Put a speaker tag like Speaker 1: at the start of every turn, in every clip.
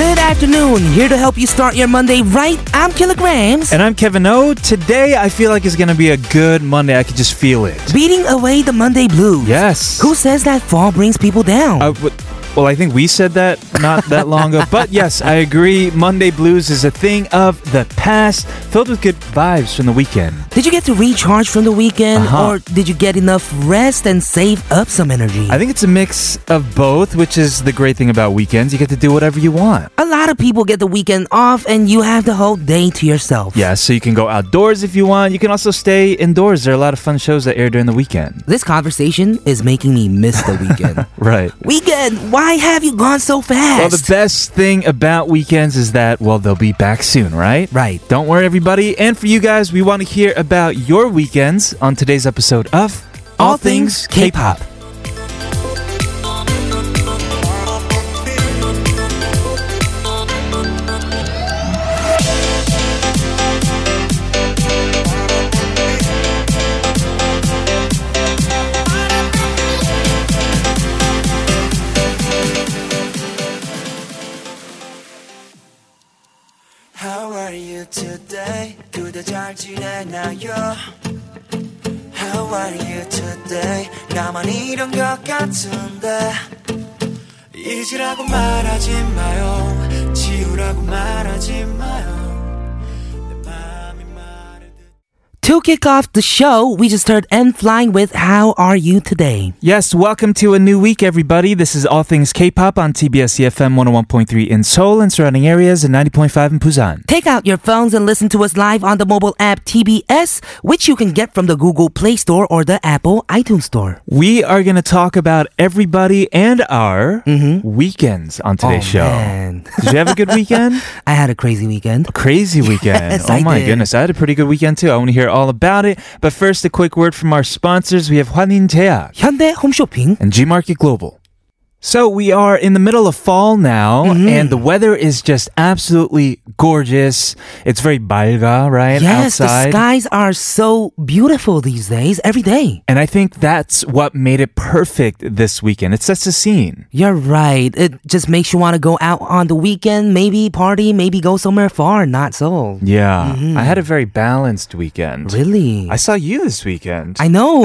Speaker 1: afternoon. Here to help you start your Monday right, I'm Kilograms.
Speaker 2: And I'm Kevin O. Today, I feel like it's going to be a good Monday. I could just feel it.
Speaker 1: Beating away the Monday blues.
Speaker 2: Yes.
Speaker 1: Who says that fall brings people down?
Speaker 2: Uh, but- well, I think we said that not that long ago. But yes, I agree. Monday blues is a thing of the past, filled with good vibes from the weekend.
Speaker 1: did you get to recharge from the weekend
Speaker 2: Uh-huh.
Speaker 1: or did you get enough rest and save up some energy?
Speaker 2: I think it's a mix of both, which is the great thing about weekends. You get to do whatever you want.
Speaker 1: a lot of people get the weekend off and you have the whole day to yourself.
Speaker 2: Yeah, so you can go outdoors if you want. You can also stay indoors. There are a lot of fun shows that air during the weekend.
Speaker 1: This conversation is making me miss the weekend.
Speaker 2: Right.
Speaker 1: weekend, why have you gone so fast?
Speaker 2: Well, the best thing about weekends is that, well, they'll be back soon, right?
Speaker 1: Right.
Speaker 2: Don't worry, everybody. And for you guys, we want to hear about your weekends on today's episode of
Speaker 1: All Things K-Pop.
Speaker 3: How are you today? 그대 잘 지내나요? How are you today? 나만 이런 것 같은데 잊으라고 말하지 마요 지우라고 말하지 마요 내 마음이 말을 듣
Speaker 1: To kick off the show, we just heard N Flying with How Are You Today?
Speaker 2: Yes, welcome to a new week, everybody. This is All Things K-Pop on TBS EFM 101.3 in Seoul and surrounding areas and 90.5 in Busan.
Speaker 1: Take out your phones and listen to us live on the mobile app TBS, which you can get from the Google Play Store or the Apple iTunes Store.
Speaker 2: We are going to talk about everybody and our weekends on today's
Speaker 1: Mm-hmm. Oh,
Speaker 2: show.
Speaker 1: man.
Speaker 2: Did you have a good weekend?
Speaker 1: I had a crazy weekend.
Speaker 2: Crazy weekend.
Speaker 1: Yes,
Speaker 2: oh
Speaker 1: I
Speaker 2: my
Speaker 1: did.
Speaker 2: goodness. I had a pretty good weekend too. I want to hear all about it. But first, a quick word from our sponsors. We have Hwanin Jeak
Speaker 1: 현대 홈쇼핑.
Speaker 2: and G Market Global. So we are in the middle of fall now,
Speaker 1: Mm-hmm.
Speaker 2: and the weather is just absolutely gorgeous. It's very balga, right?
Speaker 1: Yes,
Speaker 2: Outside.
Speaker 1: the skies are so beautiful these days, every day.
Speaker 2: and I think that's what made it perfect this weekend. It sets the scene.
Speaker 1: You're right. It just makes you want to go out on the weekend, maybe party, maybe go somewhere far, not so.
Speaker 2: Yeah. I had a very balanced weekend.
Speaker 1: Mm-hmm. Really?
Speaker 2: I saw you this weekend.
Speaker 1: I know.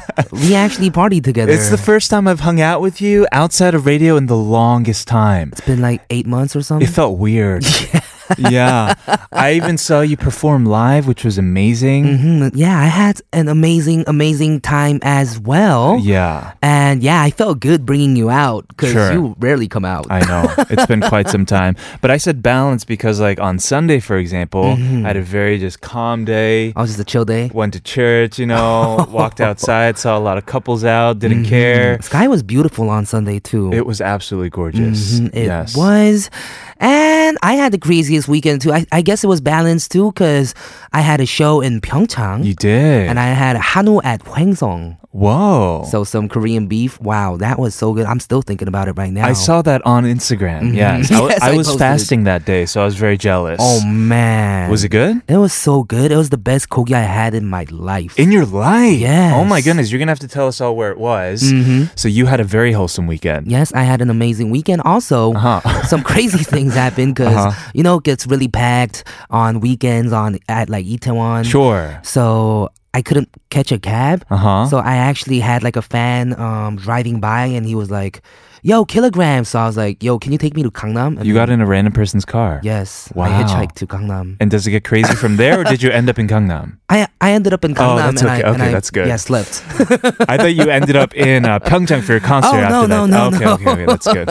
Speaker 1: we actually partied together.
Speaker 2: It's the first time I've hung out with you outside of radio in the longest time.
Speaker 1: It's been like eight months or something.
Speaker 2: It felt weird. Yeah. I even saw you perform live, which was amazing.
Speaker 1: Mm, yeah, I had an amazing, amazing time as well.
Speaker 2: Yeah.
Speaker 1: And yeah, I felt good bringing you out because
Speaker 2: Sure.
Speaker 1: you rarely come out.
Speaker 2: I know. It's been quite some time. But I said balance because, like, on Sunday, for example,
Speaker 1: Mm-hmm.
Speaker 2: I had a very just calm day.
Speaker 1: I was just a chill day.
Speaker 2: Went to church, you know, walked outside, saw a lot of couples out, didn't
Speaker 1: Mm-hmm.
Speaker 2: care.
Speaker 1: Mm, Sky was beautiful on Sunday too.
Speaker 2: It was absolutely gorgeous.
Speaker 1: Mm, it
Speaker 2: yes.
Speaker 1: was. And I had the craziest weekend too. I, I guess it was balanced too because I had a show in Pyeongchang.
Speaker 2: You did.
Speaker 1: and I had Hanu at Hwangsong.
Speaker 2: Whoa.
Speaker 1: So some Korean beef. Wow, that was so good. I'm still thinking about it right now. Mm-hmm.
Speaker 2: I saw that on Instagram. Yes. I, w-
Speaker 1: Yes,
Speaker 2: I
Speaker 1: I
Speaker 2: was
Speaker 1: posted it.
Speaker 2: fasting that day, so I was very jealous.
Speaker 1: Oh man.
Speaker 2: was it good?
Speaker 1: It was so good. It was the best kogi I had in my life.
Speaker 2: In your life. Oh my
Speaker 1: Yes. Mm-hmm.
Speaker 2: goodness, you're going to have to tell us all where it was. So you had a very wholesome weekend.
Speaker 1: Yes, I had an amazing weekend. Also,
Speaker 2: Uh-huh.
Speaker 1: some crazy things happened because you know it gets really packed on weekends on at like Itaewon.
Speaker 2: Sure.
Speaker 1: So I couldn't catch a cab.
Speaker 2: Uh-huh.
Speaker 1: So I actually had like a fan um, driving by, and he was like, "Yo, kilogram." So I was like, "Yo, can you take me to Gangnam?" And
Speaker 2: You got in a random person's car.
Speaker 1: Yes,
Speaker 2: Wow.
Speaker 1: I hitchhiked to Gangnam.
Speaker 2: And does it get crazy from there or did you end up in Gangnam?
Speaker 1: I I ended up in Gangnam.
Speaker 2: Oh, that's
Speaker 1: and
Speaker 2: okay.
Speaker 1: I, and
Speaker 2: Okay,
Speaker 1: I,
Speaker 2: that's good.
Speaker 1: Yeah, slept.
Speaker 2: I thought you ended up in uh, Pyeongchang for your concert
Speaker 1: Oh, no,
Speaker 2: after
Speaker 1: no,
Speaker 2: that.
Speaker 1: no,
Speaker 2: okay,
Speaker 1: no. Mm.
Speaker 2: okay, okay, that's good.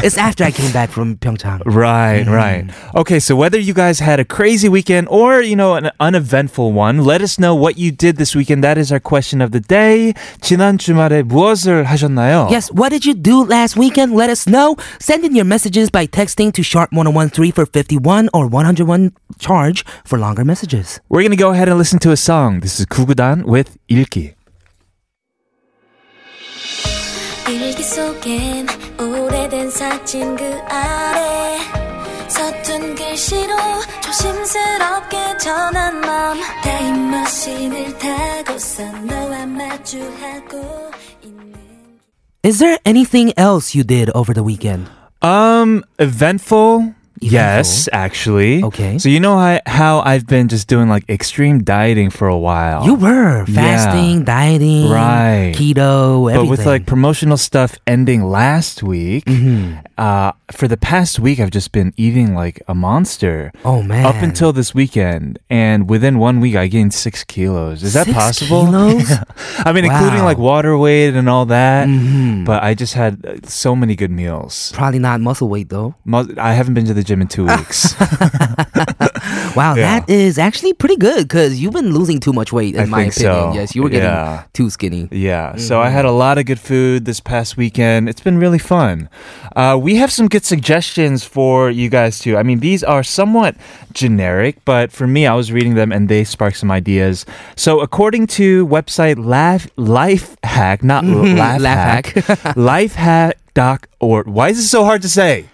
Speaker 1: it's after I came back from Pyeongchang.
Speaker 2: Right, right. Okay, so whether you guys had a crazy weekend or, you know, an uneventful one, let us know what you did this weekend. That is our question of the day. 지난 주말에 무엇을 하셨나요?
Speaker 1: Yes, what did you do last weekend? Let us know. Send in your messages by texting to sharp1013 for 51 or 101 charge for longer messages.
Speaker 2: We're going to go ahead and listen to a song. This is 구구단 with 읽기.
Speaker 4: 일기 속엔 오래된 사진 그 아래 서툰 글씨로 조심스럽게 전한 맘 타임머신을 타고서 너와 마주하고 있는
Speaker 1: Is there anything else you did over the weekend?
Speaker 2: Um, eventful. Yes, actually.
Speaker 1: Okay.
Speaker 2: So you know how, how I've been just doing like extreme dieting for a while.
Speaker 1: You were
Speaker 2: Oh, Yeah.
Speaker 1: fasting, dieting,
Speaker 2: Right.
Speaker 1: keto, everything.
Speaker 2: But with like promotional stuff ending last week,
Speaker 1: Mm-hmm.
Speaker 2: uh, for the past week I've just been eating like a monster.
Speaker 1: oh man,
Speaker 2: Up until this weekend, and within one week, I gained six kilos. Is that
Speaker 1: Six
Speaker 2: possible?
Speaker 1: kilos?
Speaker 2: I mean, including
Speaker 1: Wow. Mm-hmm.
Speaker 2: like water weight and all that. But I just had uh, so many good meals.
Speaker 1: probably not muscle weight though.
Speaker 2: Mo- I haven't been to the gym in two weeks.
Speaker 1: Wow,
Speaker 2: Yeah.
Speaker 1: that is actually pretty good because you've been losing too much weight, in
Speaker 2: I
Speaker 1: my
Speaker 2: think
Speaker 1: opinion.
Speaker 2: so.
Speaker 1: Yes, you were getting
Speaker 2: Yeah.
Speaker 1: too skinny.
Speaker 2: Yeah, so I had a lot of good food this past weekend. It's been really fun. Uh, we have some good suggestions for you guys too. I mean, these are somewhat generic, but for me, I was reading them and they sparked some ideas. So, according to website Laugh Life Hack, not Laugh,
Speaker 1: Laugh
Speaker 2: Hack, Life Hack. Doc or why is it so hard to say?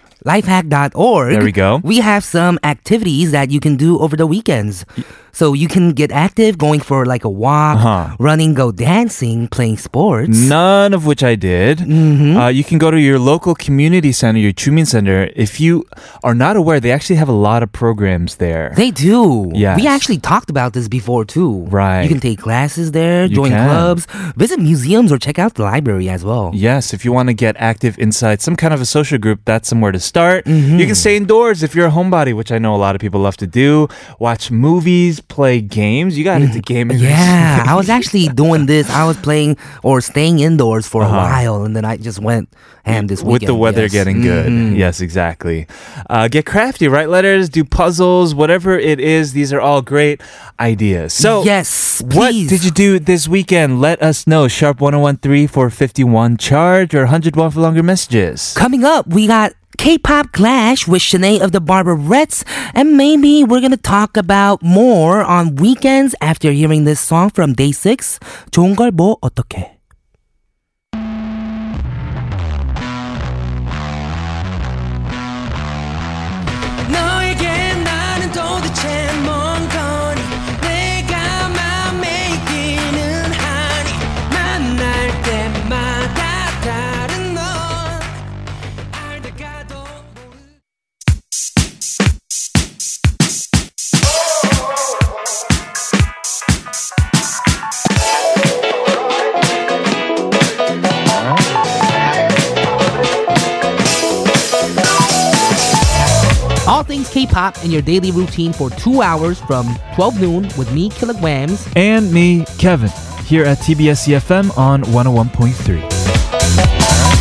Speaker 1: Lifehack.org.
Speaker 2: There we go.
Speaker 1: We have some activities that you can do over the weekends. So you can get active going for like a walk,
Speaker 2: Uh-huh.
Speaker 1: running, go dancing, playing sports.
Speaker 2: None of which I did. Uh, you can go to your local community center, your Chumin Center. If you are not aware, they actually have a lot of programs there.
Speaker 1: They do.
Speaker 2: Yes.
Speaker 1: We actually talked about this before too.
Speaker 2: Right.
Speaker 1: You can take classes there,
Speaker 2: You
Speaker 1: join
Speaker 2: can.
Speaker 1: clubs, visit museums or check out the library as well.
Speaker 2: Yes, if you want to get active inside some kind of a social group, that's somewhere to start.
Speaker 1: Mm-hmm.
Speaker 2: You can stay indoors if you're a homebody, which I know a lot of people love to do. Watch movies, play games. You got into gaming.
Speaker 1: Mm-hmm. Yeah, I was actually doing this. I was playing or staying indoors for a while, and then I just went ham this
Speaker 2: Uh-huh. With
Speaker 1: weekend.
Speaker 2: the weather
Speaker 1: yes. Mm-hmm.
Speaker 2: getting good. Yes, exactly. Uh, get crafty, write letters, do puzzles, whatever it is. These are all great ideas. So,
Speaker 1: yes,
Speaker 2: What
Speaker 1: please.
Speaker 2: did you do this weekend? Let us know. Sharp 1013 for 51 charge or 101 for longer messages.
Speaker 1: Coming up, we got K-pop Clash with Shanae of the Barbarettes, and maybe we're gonna talk about more on weekends after hearing this song from Day Six. 좋은 걸뭐 어떻게?
Speaker 3: 너에게 나는 도대체 뭔 거니 내가 맘에 있기는 하니 만날 때마다 다른 넌 알다가도 모르
Speaker 1: All things K-pop in your daily routine for two hours from 12 noon with me, Kilograms.
Speaker 2: and me, Kevin, here at TBS
Speaker 1: E
Speaker 2: EFM on 101.3.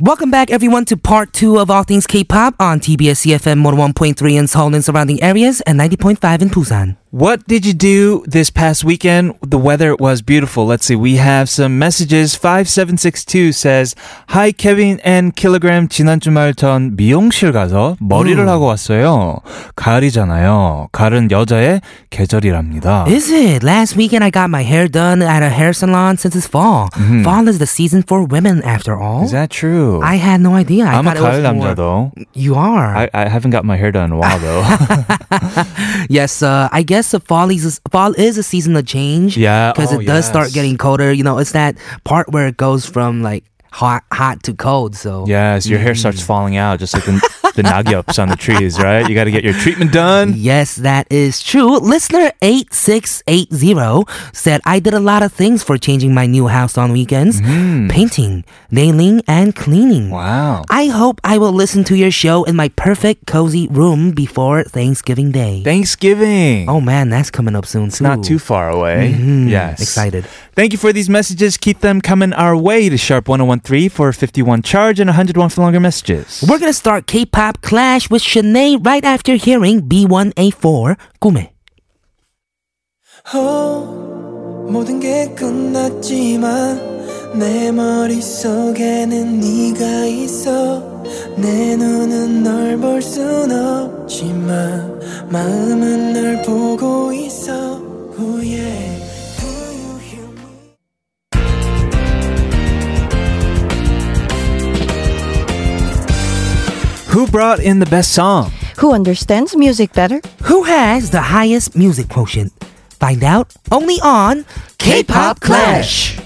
Speaker 1: Welcome back, everyone, to part two of All Things K-pop on TBS CFM 101.3 in Seoul and surrounding areas and 90.5 in Busan.
Speaker 2: What did you do this past weekend? The weather was beautiful. Let's see, we have some messages. 5762 says, Hi, Kevin and Kilogram. 지난 주말 전 미용실 가서 머리를 하고 왔어요. 가을이잖아요. 가을은 여자의 계절이랍니다.
Speaker 1: Is it? Last weekend, I got my hair done at a hair salon since it's fall.
Speaker 2: Mm-hmm.
Speaker 1: Fall is the season for women, after all.
Speaker 2: Is that true?
Speaker 1: I had no idea. I
Speaker 2: am a
Speaker 1: thought it was
Speaker 2: 가을
Speaker 1: more-
Speaker 2: 남자, though.
Speaker 1: You are.
Speaker 2: I, I haven't got my hair done in a while, though.
Speaker 1: Yes, uh, I guess the fall is fall is a season of change.
Speaker 2: Yeah,
Speaker 1: because
Speaker 2: oh,
Speaker 1: it does start
Speaker 2: yes.
Speaker 1: getting colder. You know, it's that part where it goes from like hot hot to cold. So
Speaker 2: Yes, your hair starts
Speaker 1: Mm.
Speaker 2: falling out just like the, the nagyops on the trees, right? You got to get your treatment done.
Speaker 1: Yes, that is true. Listener 8680 said, I did a lot of things for changing my new house on weekends painting, nailing, and cleaning.
Speaker 2: Mm-hmm. Wow.
Speaker 1: I hope I will listen to your show in my perfect, cozy room before Thanksgiving Day.
Speaker 2: Thanksgiving.
Speaker 1: oh man, that's coming up soon Mm-hmm.
Speaker 2: it's not too far
Speaker 1: eh?
Speaker 2: away. Yes.
Speaker 1: Excited.
Speaker 2: Thank you for these messages. Keep them coming our way to Sharp 1013 for 51 charge and 101 for longer messages.
Speaker 1: We're gonna start K-pop Clash with Shanae right after hearing B1A4 꿈에.
Speaker 3: 어, 모든 게 끝났지만 내 머릿속에는 네가 있어 내 눈은 널 볼 순 없지만 마음은 널 보고 있어 oh yeah.
Speaker 2: Who brought in the best song?
Speaker 5: Who understands music better?
Speaker 1: Who has the highest music quotient? Find out only on K-pop Clash.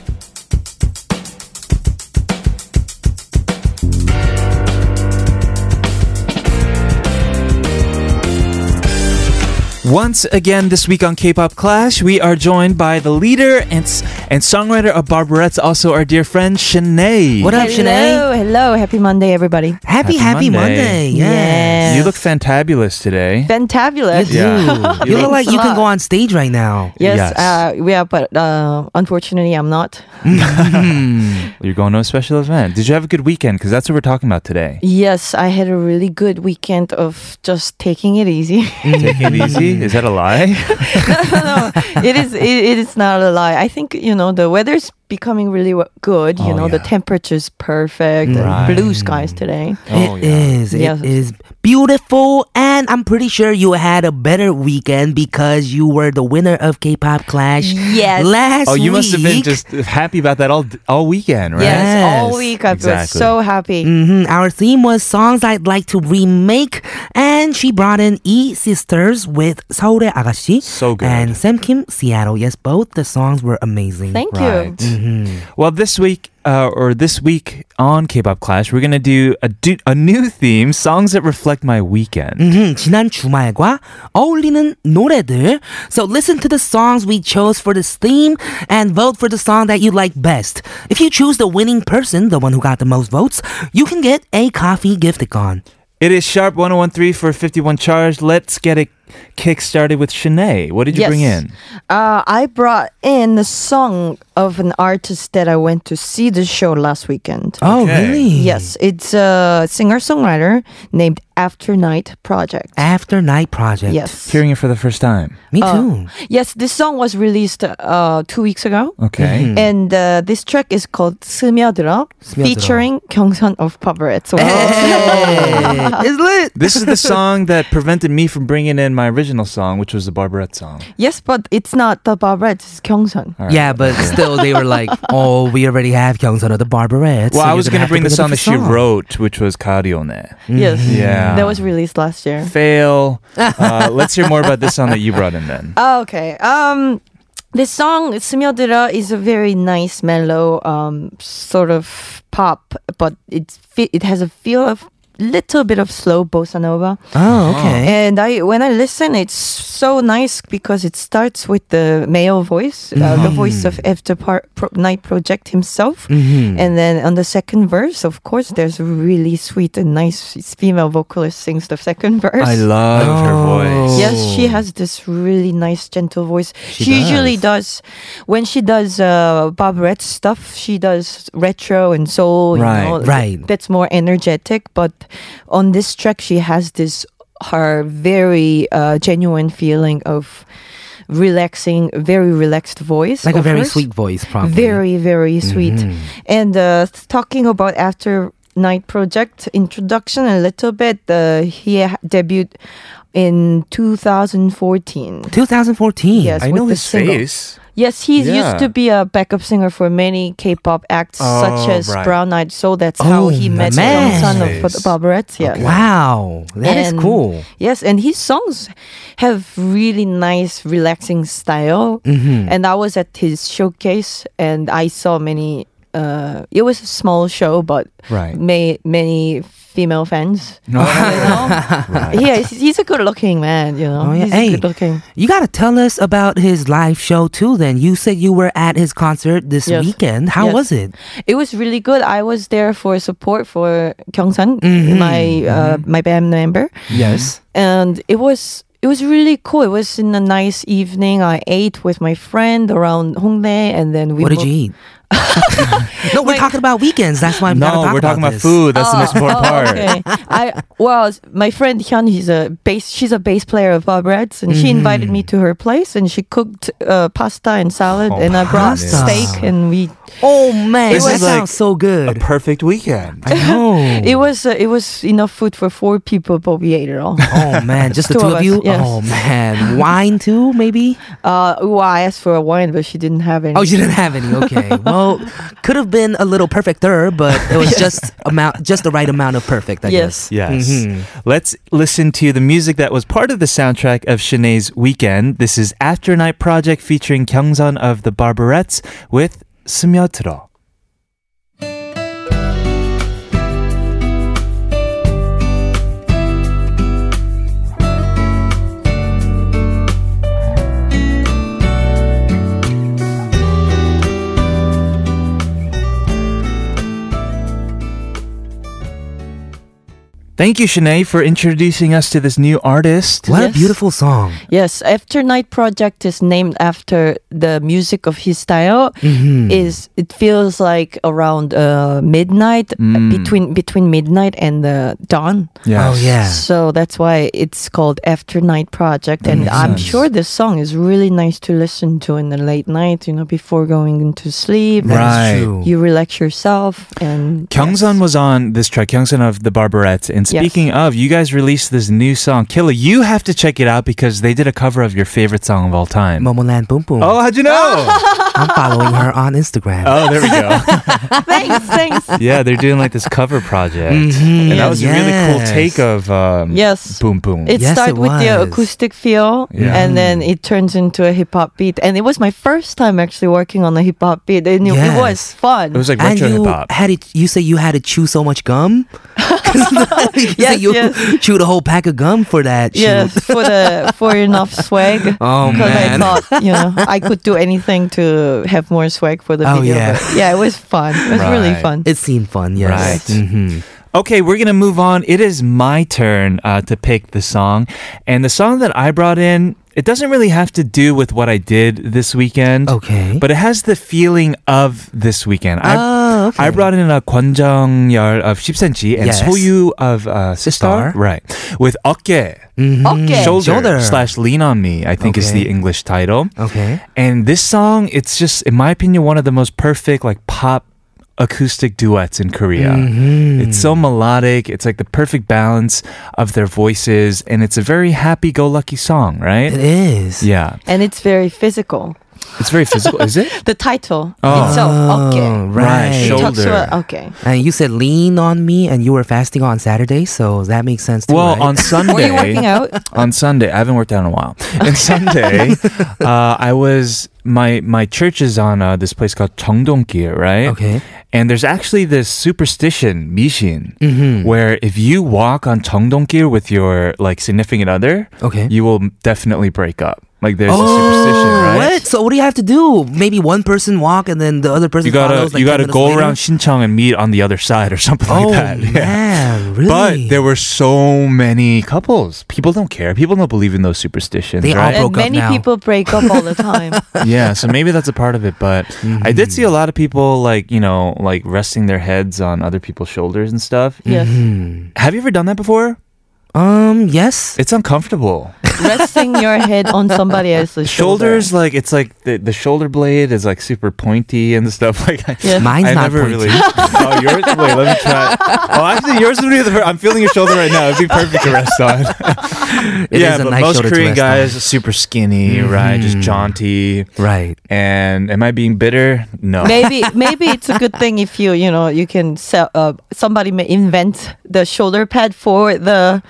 Speaker 2: Once again, this week on K-pop Clash, we are joined by the leader and s- and songwriter of Barbarette's, also our dear friend Shanae.
Speaker 1: What up, Shanae?
Speaker 5: Hello, hello. Happy Monday, everybody.
Speaker 1: Happy,
Speaker 2: Happy
Speaker 1: happy
Speaker 2: Monday.
Speaker 1: Monday. Yes.
Speaker 2: You look fantabulous today.
Speaker 5: Fantabulous.
Speaker 1: You
Speaker 2: Yeah.
Speaker 1: do. You look like you can
Speaker 5: Thanks a
Speaker 1: go on
Speaker 5: lot.
Speaker 1: stage right now.
Speaker 5: Yes,
Speaker 2: Yes.
Speaker 5: Uh, we are, but uh, unfortunately, I'm not.
Speaker 2: You're going to a special event. Did you have a good weekend? Because that's what we're talking about today.
Speaker 5: Yes, I had a really good weekend of just taking it easy.
Speaker 2: Taking it easy? Is that a lie?
Speaker 5: it is it, it is not a lie. I think you know the weather's becoming really w- good. You
Speaker 2: Oh,
Speaker 5: know the
Speaker 2: yeah.
Speaker 5: temperature's perfect.
Speaker 2: Right.
Speaker 5: Blue skies today.
Speaker 2: Oh,
Speaker 1: It is.
Speaker 5: Yes.
Speaker 1: It is beautiful, and I'm pretty sure you had a better weekend because you were the winner of K-pop Clash.
Speaker 5: Yes.
Speaker 1: Last
Speaker 2: Oh, you must have
Speaker 1: week.
Speaker 2: been just happy about that all all weekend, right?
Speaker 5: Yes,
Speaker 1: Yes,
Speaker 5: all week I was
Speaker 2: exactly.
Speaker 5: so happy.
Speaker 1: Mhm. Our theme was songs I'd like to remake, and she brought in E Sisters with 서울의 아가씨
Speaker 2: So good.
Speaker 1: and Sam Kim Seattle. Yes, both the songs were amazing.
Speaker 5: Thank
Speaker 2: Right.
Speaker 5: you.
Speaker 2: Well, this week uh, or this week on K-pop Clash, we're gonna do a do- a new theme: songs that reflect my weekend.
Speaker 1: 음, 지난 주말과 어울리는 노래들. So listen to the songs we chose for this theme and vote for the song that you like best. If you choose the winning person, the one who got the most votes, you can get a coffee gift icon.
Speaker 2: It is sharp 1013 for 51 charge. Let's get it kick started with Shanae. What did you
Speaker 5: Yes.
Speaker 2: bring in?
Speaker 5: Uh, I brought in the song of an artist that I went to see the show last weekend.
Speaker 1: Oh,
Speaker 2: Okay.
Speaker 1: really?
Speaker 5: Yes, it's a singer-songwriter named After Night Project.
Speaker 1: After Night Project.
Speaker 5: Yes. Oh.
Speaker 2: Hearing it for the first time.
Speaker 1: Me too.
Speaker 5: Yes, this song was released uh, two weeks ago.
Speaker 1: Mm.
Speaker 2: Okay.
Speaker 5: And uh, this track is called 스며들어,
Speaker 1: 스며들어.
Speaker 5: featuring 경선 of Poverett. So
Speaker 1: Hey, it's lit.
Speaker 2: this is the song that prevented me from bringing in my original song, which was the Barbarette song.
Speaker 5: yes, but it's not the Poverett, it's 경선.
Speaker 2: All right.
Speaker 1: Yeah, but still, they were like, "Oh, we already have Kyungsun of the Barbarettes."
Speaker 2: Well,
Speaker 1: so
Speaker 2: I
Speaker 1: you're
Speaker 2: was going
Speaker 1: gonna have
Speaker 2: to bring the song
Speaker 1: up
Speaker 2: that she wrote, which was Carione.
Speaker 1: Mm.
Speaker 5: Yes.
Speaker 2: Yeah.
Speaker 5: That was released last year.
Speaker 2: Fail. Uh, let's hear more about this song that you brought in then.
Speaker 5: Okay. Um, this song "스며들어" is a very nice, mellow, um, sort of pop, but it's fe- it has a feel of little bit of slow bossa nova.
Speaker 1: Oh, okay.
Speaker 5: And I when I listen, it's so nice because it starts with the male voice, uh,
Speaker 2: Mm-hmm.
Speaker 5: the voice of After Par- Pro- Night Project himself.
Speaker 2: Mm-hmm.
Speaker 5: And then on the second verse, of course, there's a really sweet and nice female vocalist sings the second verse.
Speaker 2: I love her voice.
Speaker 5: Yes, she has this really nice, gentle voice. She,
Speaker 1: does.
Speaker 5: usually does when she does uh, Bob Red stuff. She does retro and soul.
Speaker 2: Right,
Speaker 5: you know,
Speaker 1: right.
Speaker 5: That's more energetic. But on this track, she has this her very uh, genuine feeling of relaxing, very relaxed
Speaker 2: Uh-huh.
Speaker 5: voice,
Speaker 1: Like a
Speaker 5: of
Speaker 1: very
Speaker 5: hers.
Speaker 1: sweet voice, probably.
Speaker 5: Very, very
Speaker 2: Mm-hmm.
Speaker 5: sweet. And uh, talking about after night project introduction a little bit, uh, he ha- debuted in 2014.
Speaker 1: 2014.
Speaker 5: Yes,
Speaker 2: I know
Speaker 5: with the
Speaker 2: his
Speaker 5: single.
Speaker 2: face.
Speaker 5: Yes, he
Speaker 2: Yeah.
Speaker 5: used to be a backup singer for many K-pop acts
Speaker 2: Oh,
Speaker 5: such as
Speaker 2: right.
Speaker 5: Brown Eyed Soul. That's
Speaker 1: Oh,
Speaker 5: how he met
Speaker 1: man.
Speaker 5: Son of
Speaker 2: Nice.
Speaker 5: Barbarette. Yeah.
Speaker 1: Wow, that is
Speaker 5: And-
Speaker 1: cool.
Speaker 5: Yes, and his songs have really nice, relaxing style.
Speaker 1: Mm-hmm.
Speaker 5: And I was at his showcase, and I saw many. Uh, it was a small show, but
Speaker 2: Right.
Speaker 5: ma- many female fans.
Speaker 2: Right.
Speaker 5: Yeah, he's, he's a good-looking man. You know,
Speaker 1: Oh, yeah.
Speaker 5: he's
Speaker 1: Hey.
Speaker 5: good-looking.
Speaker 1: You gotta tell us about his live show too. Then you said you were at his concert this
Speaker 5: Yes.
Speaker 1: weekend. How
Speaker 5: Yes.
Speaker 1: was it?
Speaker 5: It was really good. I was there for support for Kyungsan,
Speaker 1: Mm-hmm.
Speaker 5: my uh, my band member.
Speaker 1: Yes.
Speaker 5: and it was it was really cool. It was in a nice evening. I ate with my friend around Hongdae, and then we.
Speaker 1: What did
Speaker 5: moved-
Speaker 1: you eat? no, we're talking about weekends. That's why I'm
Speaker 2: no,
Speaker 1: gotta talk
Speaker 2: we're talking about
Speaker 1: this.
Speaker 2: food. That's the most
Speaker 5: Oh,
Speaker 2: important
Speaker 5: oh,
Speaker 2: part.
Speaker 5: Okay. I well, s- my friend Hyun, he's a bass. She's a bass player of Bob Reds, and she
Speaker 1: Mm-hmm.
Speaker 5: invited me to her place, and she cooked uh, pasta and salad,
Speaker 2: Oh,
Speaker 5: and I brought
Speaker 1: pasta.
Speaker 5: steak, and we.
Speaker 1: Oh man,
Speaker 2: This
Speaker 1: that
Speaker 2: is like
Speaker 1: sounds so
Speaker 2: A
Speaker 1: good.
Speaker 2: perfect weekend.
Speaker 1: I know.
Speaker 5: It was uh, it was enough food for four people, but we ate it all.
Speaker 1: Oh man, just the two
Speaker 5: Two of
Speaker 1: of you.
Speaker 5: us, yes.
Speaker 1: Oh man, wine too, maybe.
Speaker 5: Uh, well, I asked for a wine, but she didn't have
Speaker 1: Oh,
Speaker 5: any.
Speaker 1: you didn't have any. Okay. Well, know, could have been a little perfecter, but it was just amount, just the right amount of perfect. I guess.
Speaker 5: Yes.
Speaker 2: Yes.
Speaker 1: Mhm.
Speaker 2: Let's listen to the music that was part of the soundtrack of Shanae's Weekend. This is After Night Project featuring Kyungsun of the Barbarettes with 스며들어. Thank you, Shanae, for introducing us to this new artist.
Speaker 1: What a
Speaker 5: Yes.
Speaker 1: beautiful song.
Speaker 5: Yes, After Night Project is named after the music of his style.
Speaker 1: Mm-hmm.
Speaker 2: Mm.
Speaker 5: Is it feels like around uh, midnight
Speaker 2: Mm.
Speaker 5: between between midnight and the dawn.
Speaker 1: Oh yeah.
Speaker 5: So that's why it's called After Night Project, and
Speaker 2: makes
Speaker 5: I'm
Speaker 2: sense.
Speaker 5: sure this song is really nice to listen to in the late night. You know, before going into sleep,
Speaker 1: That is
Speaker 2: Right.
Speaker 1: true.
Speaker 5: you relax yourself and
Speaker 2: Kyungsun was on this track, Kyungsun of the Barbarettes. And
Speaker 5: Yes.
Speaker 2: speaking of, you guys released this new song, Killa. You have to check it out because they did a cover of your favorite song of all time.
Speaker 1: Momoland Boom Boom.
Speaker 2: Oh, how'd you know?
Speaker 1: I'm following her on Instagram.
Speaker 2: oh, there we go.
Speaker 5: thanks, thanks.
Speaker 2: yeah, they're doing like this cover project. And that was a really cool
Speaker 1: Mm-hmm. Yes.
Speaker 2: take of um,
Speaker 5: Yes.
Speaker 2: Boom Boom.
Speaker 5: It
Speaker 1: Yes,
Speaker 5: started
Speaker 1: it
Speaker 5: with the
Speaker 1: was.
Speaker 5: acoustic feel,
Speaker 2: Yeah.
Speaker 5: and then it turns into a hip hop beat. And it was my first time actually working on a hip hop beat, and it-
Speaker 1: Yes.
Speaker 5: it was fun.
Speaker 2: It was like
Speaker 1: and
Speaker 2: retro
Speaker 1: you
Speaker 2: hip hop.
Speaker 1: had it. You say you had to chew so much gum. 'Cause you said
Speaker 5: Yes,
Speaker 1: you
Speaker 5: yes.
Speaker 1: chewed a whole pack of gum for that. shoot.
Speaker 5: yes, for the for enough swag.
Speaker 1: Oh
Speaker 5: Because I
Speaker 1: man.
Speaker 5: thought, you know, I could do anything to have more swag for the
Speaker 1: Oh,
Speaker 5: video.
Speaker 1: yeah.
Speaker 5: but yeah, it was fun. It was really
Speaker 2: Right.
Speaker 5: fun.
Speaker 1: It seemed fun. Yes.
Speaker 2: Right.
Speaker 1: Mm-hmm.
Speaker 2: Okay, we're gonna move on. It is my turn uh, to pick the song, and the song that I brought in. It doesn't really have to do with what I did this weekend.
Speaker 1: Okay.
Speaker 2: But it has the feeling of this weekend. I,
Speaker 1: Oh, okay.
Speaker 2: I brought in a 권정열 of 10cm and
Speaker 1: Yes.
Speaker 2: Soyu of uh, Sistar.
Speaker 1: Sistar.
Speaker 2: Right. With 어깨,
Speaker 5: okay.
Speaker 2: Mm-hmm. shoulder,
Speaker 1: Shoulder.
Speaker 2: slash lean on me, I think is
Speaker 1: Okay.
Speaker 2: the English title.
Speaker 1: Okay.
Speaker 2: And this song, it's just, in my opinion, one of the most perfect like pop acoustic duets in Korea.
Speaker 1: Mm-hmm.
Speaker 2: It's so
Speaker 1: Hmm.
Speaker 2: melodic. It's like the perfect balance of their voices, and it's a very happy-go-lucky song,
Speaker 1: It
Speaker 2: right?
Speaker 1: is.
Speaker 2: Yeah,
Speaker 5: And it's very physical.
Speaker 2: it's very physical. is it?
Speaker 5: The title
Speaker 2: Oh.
Speaker 5: itself,
Speaker 1: Oh,
Speaker 5: okay.
Speaker 1: right.
Speaker 2: Right,
Speaker 5: It
Speaker 2: shoulder.
Speaker 5: talks about, okay.
Speaker 1: And you said lean on me, and you were fasting on Saturday, so that makes sense too.
Speaker 2: Well,
Speaker 1: right?
Speaker 2: on Sunday,
Speaker 5: Were you working out?
Speaker 2: on Sunday. I haven't worked out in a while. And Sunday, uh, I was my my church is on uh, this place called Cheongdonggi, right?
Speaker 1: Okay.
Speaker 2: And there's actually this superstition, mishin,
Speaker 1: Mm-hmm.
Speaker 2: where if you walk on Cheongdonggi with your like significant other,
Speaker 1: Okay. Oh,
Speaker 2: you will definitely break up. Like there's a superstition, right?
Speaker 1: What? So what do you have to do? Maybe one person walk and then the other person
Speaker 2: You gotta
Speaker 1: follows. Like
Speaker 2: you
Speaker 1: 10
Speaker 2: gotta
Speaker 1: minutes
Speaker 2: go
Speaker 1: later?
Speaker 2: around Shincheong and meet on the other side or something
Speaker 1: Oh
Speaker 2: like that. Yeah.
Speaker 1: man, really?
Speaker 2: But there were so many couples. People don't care. People don't believe in those superstitions.
Speaker 1: They all
Speaker 2: right?
Speaker 1: broke
Speaker 5: and
Speaker 1: up
Speaker 5: many
Speaker 1: now.
Speaker 5: people break up all the time.
Speaker 2: yeah, so maybe that's a part of it. But I
Speaker 1: Mm-hmm.
Speaker 2: did see a lot of people like you know like resting their heads on other people's shoulders and stuff.
Speaker 5: yes.
Speaker 1: Mm-hmm.
Speaker 2: Have you ever done that before?
Speaker 1: um, yes.
Speaker 2: It's uncomfortable.
Speaker 5: Resting your head on somebody else's shoulder.
Speaker 2: Shoulders like it's like the, the shoulder blade is like super pointy and stuff like. I,
Speaker 5: Yeah.
Speaker 1: Mine's
Speaker 2: I
Speaker 1: not
Speaker 2: never
Speaker 1: pointy.
Speaker 2: really. Oh, yours. Wait, let me try. Oh, actually, yours would be the. per- I'm feeling your shoulder right now. It'd be perfect to rest on.
Speaker 1: It
Speaker 2: yeah,
Speaker 1: is a
Speaker 2: but
Speaker 1: nice
Speaker 2: most
Speaker 1: shoulder to
Speaker 2: Korean
Speaker 1: rest on. Mm-hmm.
Speaker 2: guys are super skinny, right? Just jaunty.
Speaker 1: Right.
Speaker 2: And am I being bitter? No.
Speaker 5: maybe maybe it's a good thing if you you know you can sell uh, somebody may invent the shoulder pad for the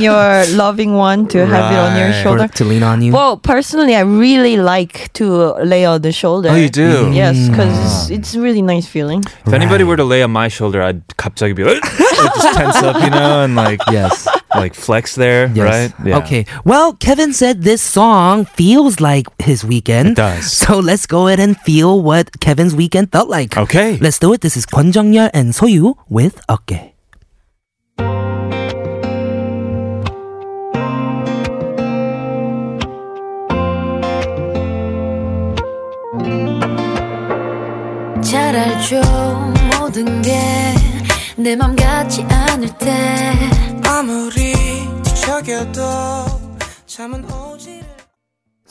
Speaker 5: your loving one to have it on your
Speaker 2: Right.
Speaker 1: Or
Speaker 5: shoulder
Speaker 1: to lean on you.
Speaker 5: well personally i really like to lay on the shoulder
Speaker 2: Oh, you do. Mm.
Speaker 5: yes because it's, it's really nice feeling
Speaker 2: If anybody were to lay on my shoulder, I'd 갑자기 be like, just tense up, you know, and like
Speaker 1: yes.
Speaker 2: like flex there,
Speaker 1: Yes.
Speaker 2: right? Yeah.
Speaker 1: Okay. Well, Kevin said this song feels like his weekend.
Speaker 2: It does.
Speaker 1: So let's go ahead and feel what Kevin's weekend felt like.
Speaker 2: Okay.
Speaker 1: Let's do it. This is Kwon Jongyeol and Soyu with 어깨.
Speaker 4: 잘 알죠 모든 게 내맘 같지 않을 때
Speaker 3: 아무리 뒤척여도 잠은 오지를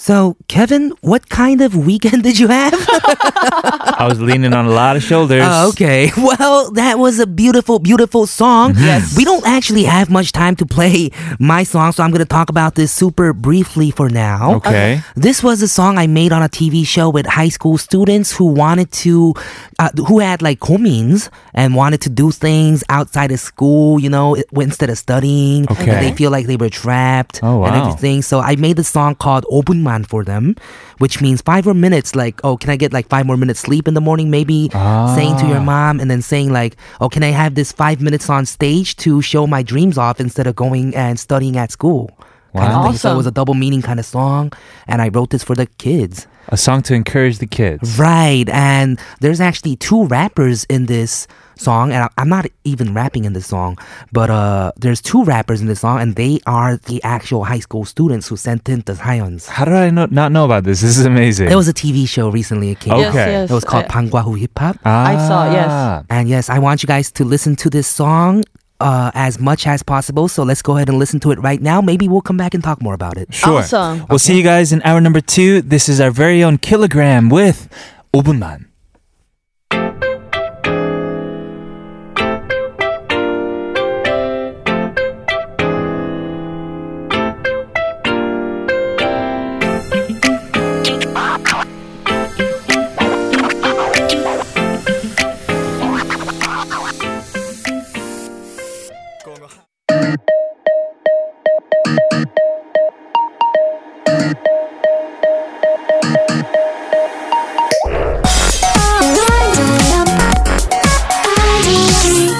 Speaker 1: So, Kevin, what kind of weekend did you have?
Speaker 2: I was leaning on a lot of shoulders.
Speaker 1: Oh, okay. Well, that was a beautiful, beautiful song.
Speaker 2: Mm-hmm.
Speaker 1: Yes. We don't actually have much time to play my song, so I'm going to talk about this super briefly for now.
Speaker 2: Okay.
Speaker 1: This was a song I made on a TV show with high school students who wanted to, uh, who had like komins and wanted to do things outside of school, you know, i- instead of studying. And
Speaker 2: Okay.
Speaker 1: they feel like they were trapped
Speaker 2: Oh,
Speaker 1: and
Speaker 2: wow.
Speaker 1: everything. So I made a song called Obunman for them, which means five more minutes. Like, oh, can I get like five more minutes sleep in the morning? Maybe saying to your mom and then saying like, oh, can I have this five minutes on stage to show my dreams off instead of going and studying at school? Kind of
Speaker 2: Wow.
Speaker 1: thing. So it
Speaker 5: Awesome.
Speaker 1: was a double meaning kind of song, and I wrote this for the kids.
Speaker 2: A song to encourage the kids.
Speaker 1: Right, and there's actually two rappers in this song, and I- I'm not even rapping in this song, but uh, there's two rappers in this song, and they are the actual high school students who sent in the Hyuns.
Speaker 2: How did I no- not know about this? This is amazing.
Speaker 1: There was a TV show recently. It came.
Speaker 2: Okay.
Speaker 1: out.
Speaker 5: Yes, Uh, yes.
Speaker 1: It was called
Speaker 5: I,
Speaker 1: Pangwahu Hip Hop.
Speaker 5: I saw, yes.
Speaker 2: Ah.
Speaker 1: And yes, I want you guys to listen to this song uh, as much as possible. So let's go ahead and listen to it right now. Maybe we'll come back and talk more about it.
Speaker 2: Sure.
Speaker 5: Awesome.
Speaker 2: We'll see you guys in hour number two. This is our very own Kilogram with 5분만.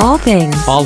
Speaker 6: All things.
Speaker 7: All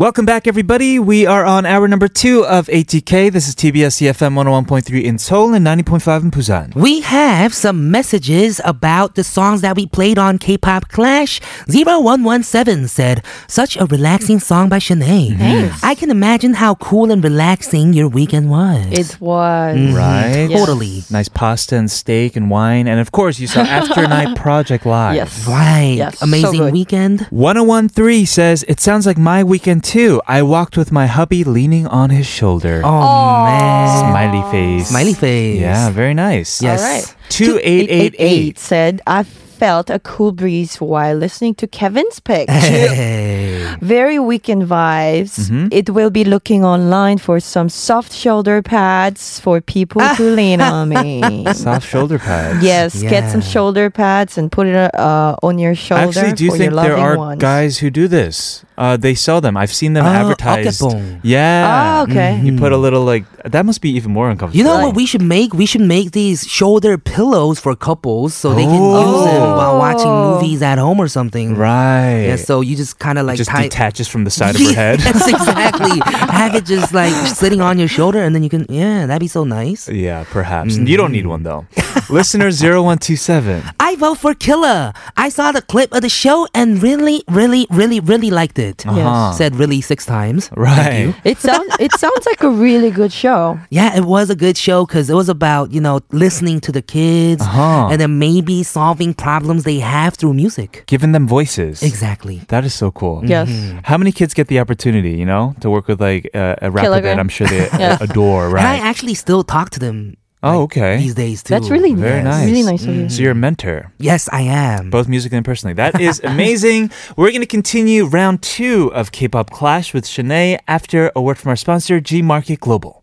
Speaker 2: Welcome back, everybody. We are on hour number two of ATK. This is TBS EFM 101.3 in Seoul and 90.5 in Busan.
Speaker 1: We have some messages about the songs that we played on K-pop Clash. 0117 said, such a relaxing song by
Speaker 2: Mm-hmm.
Speaker 1: Shanae. I can imagine how cool and relaxing your weekend was.
Speaker 5: it was.
Speaker 2: Mm. Right?
Speaker 5: Mm-hmm. Yes.
Speaker 1: Totally.
Speaker 2: Nice pasta and steak and wine. And of course, you saw After Night Project Live.
Speaker 5: Yes.
Speaker 1: Right.
Speaker 5: Yes, so
Speaker 1: Amazing
Speaker 5: good.
Speaker 1: weekend.
Speaker 2: 1013 says, It sounds like my weekend too. I walked with my hubby leaning on his shoulder.
Speaker 1: Oh, man.
Speaker 2: Smiley face.
Speaker 1: Smiley face.
Speaker 2: Yeah, very nice.
Speaker 1: Yes.
Speaker 5: All right.
Speaker 2: 2888.
Speaker 5: said, I felt a cool breeze while listening to Kevin's pick.
Speaker 1: Hey.
Speaker 5: Very weekend vibes.
Speaker 2: Mm-hmm.
Speaker 5: It will be looking online for some soft shoulder pads for people to lean on me.
Speaker 2: Soft shoulder pads.
Speaker 5: Yes, get some
Speaker 1: Yeah.
Speaker 5: shoulder pads and put it uh, on your shoulder
Speaker 2: I actually do
Speaker 5: for
Speaker 2: think
Speaker 5: your
Speaker 2: there
Speaker 5: loving
Speaker 2: are
Speaker 5: ones.
Speaker 2: guys who do this. Uh, they sell them. I've seen them
Speaker 1: Oh,
Speaker 2: advertised.
Speaker 1: 어깨뽕.
Speaker 2: Yeah.
Speaker 5: Ah, okay.
Speaker 2: You put a little like that must be even more uncomfortable.
Speaker 1: You know what we should make? We should make these shoulder pillows for couples so they can use them while watching
Speaker 5: Oh.
Speaker 1: movies at home or something.
Speaker 2: Right.
Speaker 1: Yeah, so you just kind of like
Speaker 2: just
Speaker 1: tie-
Speaker 2: detaches from the side of her head.
Speaker 1: Yes, exactly. Have it just like sitting on your shoulder, and then you can. Yeah, that'd be so nice.
Speaker 2: Yeah, perhaps.
Speaker 5: Mm-hmm.
Speaker 2: You don't need one though. Listener 0127.
Speaker 1: I vote for Killer. I saw the clip of the show and really, really, really, really liked it.
Speaker 5: Yes. Uh-huh.
Speaker 1: Said really six times.
Speaker 2: Right.
Speaker 5: It sounds it sounds like a really good show.
Speaker 1: Yeah, it was a good show because it was about, you know, listening to the kids
Speaker 2: Uh-huh.
Speaker 1: and then maybe solving problems they have through music.
Speaker 2: Giving them voices.
Speaker 1: Exactly.
Speaker 2: That is so cool.
Speaker 5: Yes.
Speaker 2: How many kids get the opportunity, you know, to work with like uh, a rapper that
Speaker 5: Kilogram.
Speaker 2: I'm sure they
Speaker 5: Yeah.
Speaker 2: adore,
Speaker 1: And I
Speaker 2: right?
Speaker 1: actually still talk to them
Speaker 2: oh, okay.
Speaker 1: these days too.
Speaker 5: That's really
Speaker 2: Very nice.
Speaker 5: Really nice of you.
Speaker 2: So you're a mentor,
Speaker 1: Yes, I am.
Speaker 2: both musically and personally. That is amazing. We're going to continue round two of K-pop Clash with Shanae after a word from our sponsor, G Market Global.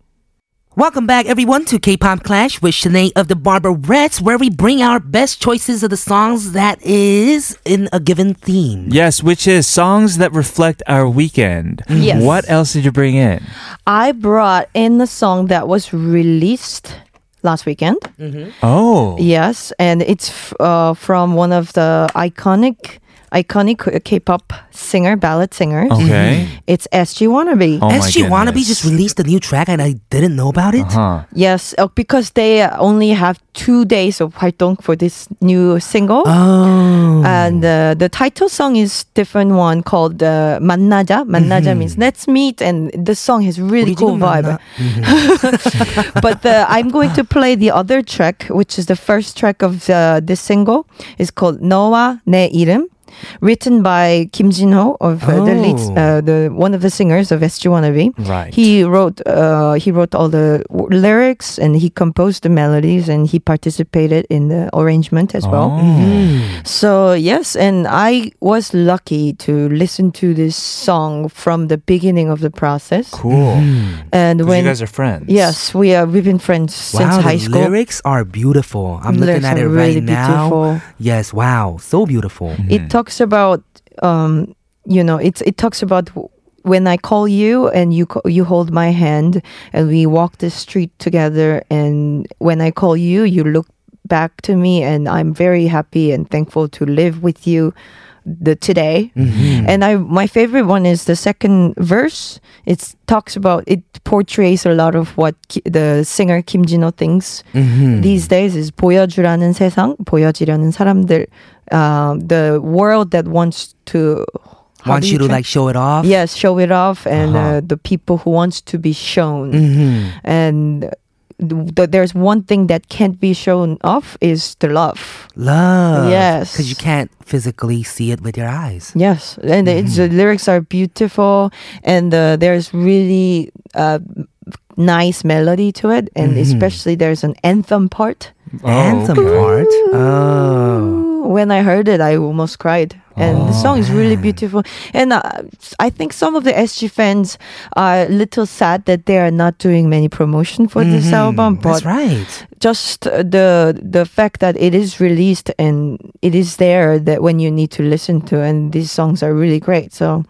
Speaker 1: Welcome back, everyone, to K-pop Clash with Shanae of the Barbarettes, where we bring our best choices of the songs that is in a given theme.
Speaker 2: Yes, which is songs that reflect our weekend.
Speaker 5: Yes.
Speaker 2: What else did you bring in?
Speaker 5: I brought in the song that was released last weekend.
Speaker 2: Oh,
Speaker 5: Yes, and it's f- uh, from one of the iconic iconic K-pop singer, ballad singer.
Speaker 2: Oh. Okay.
Speaker 5: It's SG Wannabe.
Speaker 2: Oh my
Speaker 1: SG Wannabe
Speaker 2: goodness.
Speaker 1: just released a new track and I didn't know about it.
Speaker 2: Huh.
Speaker 5: Yes, uh, because they only have two days of 활동 for this new single.
Speaker 1: Oh.
Speaker 5: And uh, the title song is different one called uh, 만나자. 만나자 means let's meet, and the song has
Speaker 1: Mm-hmm.
Speaker 5: really
Speaker 1: 우리
Speaker 5: cool
Speaker 1: 지금
Speaker 5: vibe.
Speaker 1: 만나-
Speaker 5: but the, I'm going to play the other track, which is the first track of uh, this single. It's called 너와 내 이름, written by Kim Jin-ho of uh, the lead,
Speaker 1: Oh.
Speaker 5: uh, the one of the singers of SG Wannabe.
Speaker 2: Right.
Speaker 5: He wrote uh, he wrote all the w- lyrics and he composed the melodies and he participated in the arrangement as well.
Speaker 2: Oh, Mm-hmm.
Speaker 5: Mm-hmm. So yes, and I was lucky to listen to this song from the beginning of the process.
Speaker 2: Cool.
Speaker 5: And
Speaker 2: 'Cause
Speaker 5: Mm-hmm. when
Speaker 2: you guys are friends.
Speaker 5: yes, we are we've been friends
Speaker 1: Wow,
Speaker 5: since high
Speaker 1: the
Speaker 5: school.
Speaker 1: lyrics are beautiful. I'm
Speaker 5: Lyrics
Speaker 1: looking at
Speaker 5: are
Speaker 1: it
Speaker 5: really
Speaker 1: right now.
Speaker 5: beautiful.
Speaker 1: Yes, wow, so beautiful.
Speaker 5: It talks about um, you know it's it talks about w- when I call you and you co- you hold my hand and we walk the street together and when I call you you look back to me and I'm very happy and thankful to live with you the today
Speaker 1: Mm-hmm.
Speaker 5: and I my favorite one is the second verse it talks about it portrays a lot of what Ki- the singer Kim Jino thinks
Speaker 1: Mm-hmm.
Speaker 5: these days is 보여주라는 세상 보여지려는 사람들 um, the world that wants to how
Speaker 1: Wants
Speaker 5: do
Speaker 1: you to
Speaker 5: tran-
Speaker 1: like Uh-huh. show it off.
Speaker 5: yes show it off and uh the people who wants to be shown
Speaker 1: Mm-hmm.
Speaker 5: and th- th- there's one thing that can't be shown off is the love
Speaker 1: Love.
Speaker 5: Yes.
Speaker 1: Because you can't physically see it with your eyes.
Speaker 5: yes and it's, the lyrics are beautiful and uh, there's really uh, nice melody to it and especially there's an anthem part
Speaker 2: Oh,
Speaker 1: Anthem
Speaker 2: okay.
Speaker 1: part. Oh.
Speaker 5: when I heard it, I almost cried. And the song is really beautiful. And uh, I think some of the SG fans are a little sad that they are not doing many promotion for this album. But
Speaker 1: That's right.
Speaker 5: just uh, the the fact that it is released and it is there that when you need to listen to, and these songs are really great. So.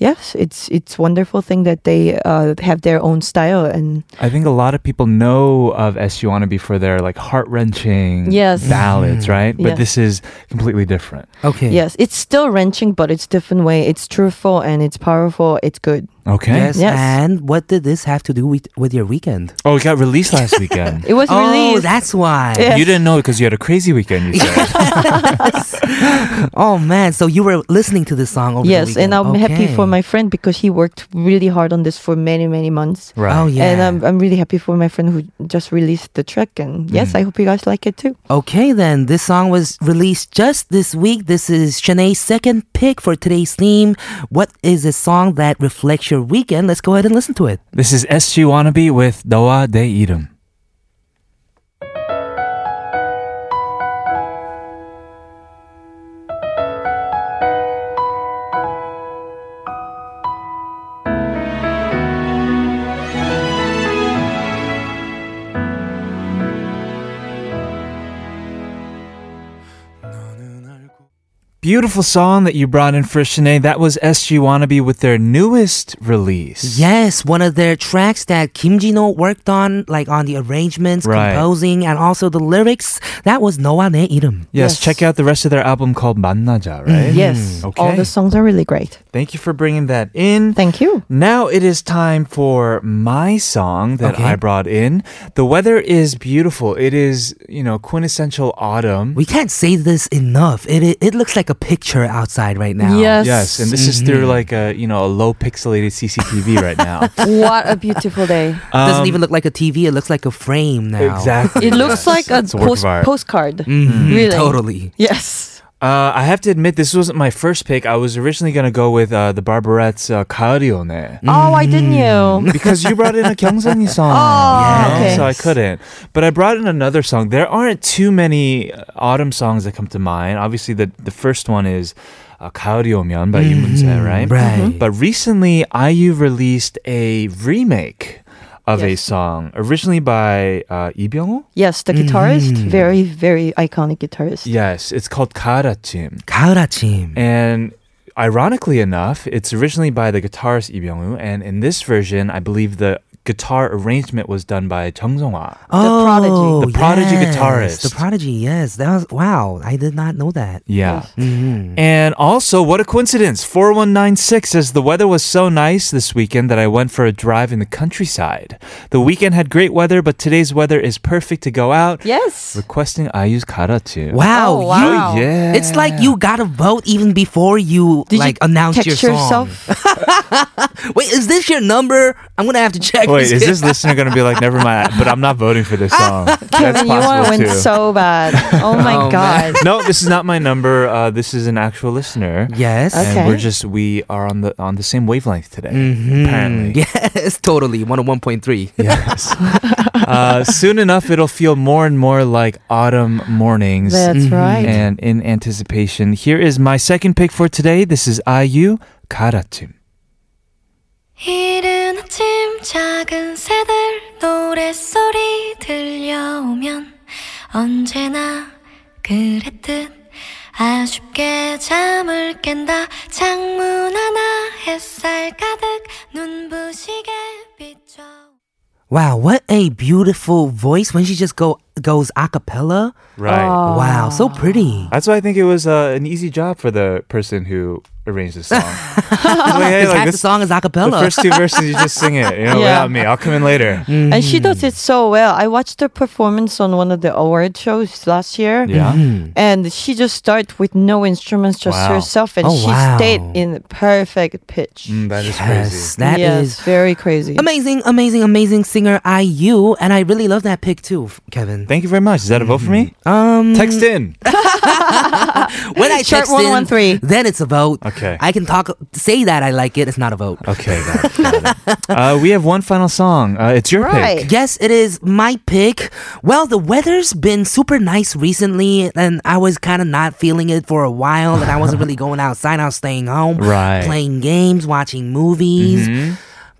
Speaker 5: Yes, it's it's wonderful thing that they uh, have their own style and
Speaker 2: I think a lot of people know of SU Wannabe for their like heart wrenching
Speaker 5: Yes. Mm-hmm.
Speaker 2: ballads, right? But
Speaker 5: Yes.
Speaker 2: this is completely different.
Speaker 1: Okay.
Speaker 5: yes, it's still wrenching, but it's different way. It's truthful and it's powerful. It's good.
Speaker 2: Okay.
Speaker 1: Yes.
Speaker 5: Yes.
Speaker 1: And what did this have to do with, with your weekend?
Speaker 2: Oh, it got released last weekend.
Speaker 5: It was
Speaker 1: Oh,
Speaker 5: released.
Speaker 1: that's why.
Speaker 5: Yeah.
Speaker 2: You didn't know because you had a crazy weekend. You said.
Speaker 1: Oh man, so you were listening to this song over the
Speaker 5: Yes,
Speaker 1: weekend.
Speaker 5: and I'm happy
Speaker 1: Okay.
Speaker 5: for my friend because he worked really hard on this for many, many months.
Speaker 2: right.
Speaker 1: Oh yeah.
Speaker 5: And I'm, I'm really happy for my friend who just released the track. And yes,
Speaker 1: Mm.
Speaker 5: I hope you guys like it too.
Speaker 1: Okay, then. This song was released just this week. This is Shanae's second pick for today's theme. What is a song that reflects your weekend? Let's go ahead and listen to it.
Speaker 2: This is SG Wannabe with 너와 내 이름. Beautiful song that you brought in for Shanae. That was SG Wannabe with their newest release.
Speaker 1: Yes, one of their tracks that Kim Jino worked on, like on the arrangements,
Speaker 2: Right.
Speaker 1: composing, and also the lyrics. That was Noah Ne Irum.
Speaker 2: Yes,
Speaker 5: Yes. Mm,
Speaker 2: check out the rest of their album called 만나자,
Speaker 1: Mm,
Speaker 2: right?
Speaker 5: Yes,
Speaker 2: Okay.
Speaker 5: all the songs are really great.
Speaker 2: Thank you for bringing that in.
Speaker 5: Thank you.
Speaker 2: Now it is time for my song that
Speaker 1: Okay.
Speaker 2: I brought in. The weather is beautiful. It is, you know, quintessential autumn.
Speaker 1: We can't say this enough. It, it it looks like a picture outside right now.
Speaker 5: Yes. Mm-hmm.
Speaker 2: yes, and this is through like a, you know, a low pixelated CCTV right now.
Speaker 5: what a beautiful day.
Speaker 1: It
Speaker 2: Um,
Speaker 1: doesn't even look like a TV. It looks like a frame now.
Speaker 2: Exactly.
Speaker 5: It
Speaker 2: yes.
Speaker 5: looks like a,
Speaker 2: It's work of
Speaker 5: post-
Speaker 2: art. Mm-hmm.
Speaker 5: postcard.
Speaker 1: Mhm,
Speaker 5: Really?
Speaker 1: Totally.
Speaker 5: Yes.
Speaker 2: Uh, I have to admit, this wasn't my first pick. I was originally going to go with uh, the Barbarettes' uh, 가을이오네.
Speaker 5: Oh, why didn't you?
Speaker 2: because you brought in a Kyungsunny song.
Speaker 5: Oh,
Speaker 2: you know?
Speaker 5: okay.
Speaker 2: So I couldn't. But I brought in another song. There aren't too many uh, autumn songs that come to mind. Obviously, the, the first one is uh, 가을이 오면 by Yoon
Speaker 5: Mm-hmm.
Speaker 2: Moon-se, right?
Speaker 1: Right.
Speaker 2: But recently, IU released a remake of a song, originally by uh, Lee Byung-ho.
Speaker 5: Yes, the guitarist, very, very iconic guitarist.
Speaker 2: Yes, it's called 가을 아침.
Speaker 1: 가을 아침.
Speaker 2: And ironically enough, it's originally by the guitarist Lee Byung-hoo, and in this version, I believe the guitar arrangement was done by Jung Sung-hwa.
Speaker 5: Prodigy.
Speaker 1: Oh,
Speaker 2: The Prodigy
Speaker 1: yes,
Speaker 2: guitarist.
Speaker 1: The prodigy, yes. That was wow. I did not know that.
Speaker 2: Yeah. And also, what a coincidence. 4196 says the weather was so nice this weekend that I went for a drive in the countryside. The weekend had great weather, but today's weather is perfect to go out.
Speaker 5: Yes.
Speaker 2: Requesting Ayu's Kara too.
Speaker 1: Wow.
Speaker 5: Oh, wow.
Speaker 2: Oh, yeah.
Speaker 1: It's like you got a vote even before you
Speaker 5: Did
Speaker 1: like
Speaker 5: you
Speaker 1: announce
Speaker 5: text
Speaker 1: your song.
Speaker 5: yourself?
Speaker 1: Wait, is this your number? I'm gonna have to check.
Speaker 2: Wait, is this listener going to be like, never mind, but I'm not voting for this song? That's
Speaker 5: Kevin, you are
Speaker 2: possible
Speaker 5: went
Speaker 2: too.
Speaker 5: so bad. Oh my god.
Speaker 2: no, this is not my number. Uh, this is an actual listener.
Speaker 1: Yes.
Speaker 5: Okay.
Speaker 2: And we're just we are on the on the same wavelength today. Apparently.
Speaker 1: Mm-hmm. Yes, totally. 101.3.
Speaker 2: Yes. uh, soon enough, it'll feel more and more like autumn mornings.
Speaker 5: That's right.
Speaker 2: And in anticipation, here is my second pick for today. This is IU 가라침.
Speaker 4: 이른 아침 작은 새들 노랫소리 들려오면 언제나 그랬듯 아쉽게 잠을 깬다 창문 하나 햇살 가득 눈부시게 비춰
Speaker 1: Wow, what a beautiful voice when she just go goes a cappella.
Speaker 2: Right.
Speaker 1: Wow, so pretty.
Speaker 2: That's why I think it was uh, an easy job for the person who arranged this song. Like, hey,
Speaker 1: Because half
Speaker 2: like,
Speaker 1: the
Speaker 2: this-
Speaker 1: song is a
Speaker 2: the
Speaker 1: cappella.
Speaker 2: first two verses, you just sing it, you know,
Speaker 5: Yeah.
Speaker 2: without
Speaker 5: Mm-hmm.
Speaker 2: me. I'll come in later.
Speaker 5: And she does it so well. I watched her performance on one of the award shows last year.
Speaker 2: Yeah.
Speaker 5: And she just started with no instruments, just
Speaker 2: Wow.
Speaker 5: herself, and
Speaker 1: Oh,
Speaker 5: she
Speaker 1: wow.
Speaker 5: stayed in the perfect pitch.
Speaker 2: Mm, that
Speaker 1: yes,
Speaker 2: is crazy.
Speaker 1: that is
Speaker 5: yes, very crazy.
Speaker 1: amazing, amazing, amazing singer IU, and I really love that pick too, Kevin.
Speaker 2: Thank you very much. Is that a vote for me?
Speaker 5: Mm-hmm.
Speaker 2: Um, Text in.
Speaker 1: when I
Speaker 5: Chart
Speaker 1: text in,
Speaker 5: 113.
Speaker 1: then it's a vote.
Speaker 2: Okay.
Speaker 1: I can talk, say that I like it. It's not a vote.
Speaker 2: Okay. got it, got it. uh, we have one final song. Uh, it's your
Speaker 5: Right.
Speaker 2: pick.
Speaker 1: Yes, it is my pick. Well, the weather's been super nice recently, and I was kind of not feeling it for a while, and I wasn't really going outside. I was staying home,
Speaker 2: Right. Mm-hmm.
Speaker 1: playing games, watching movies.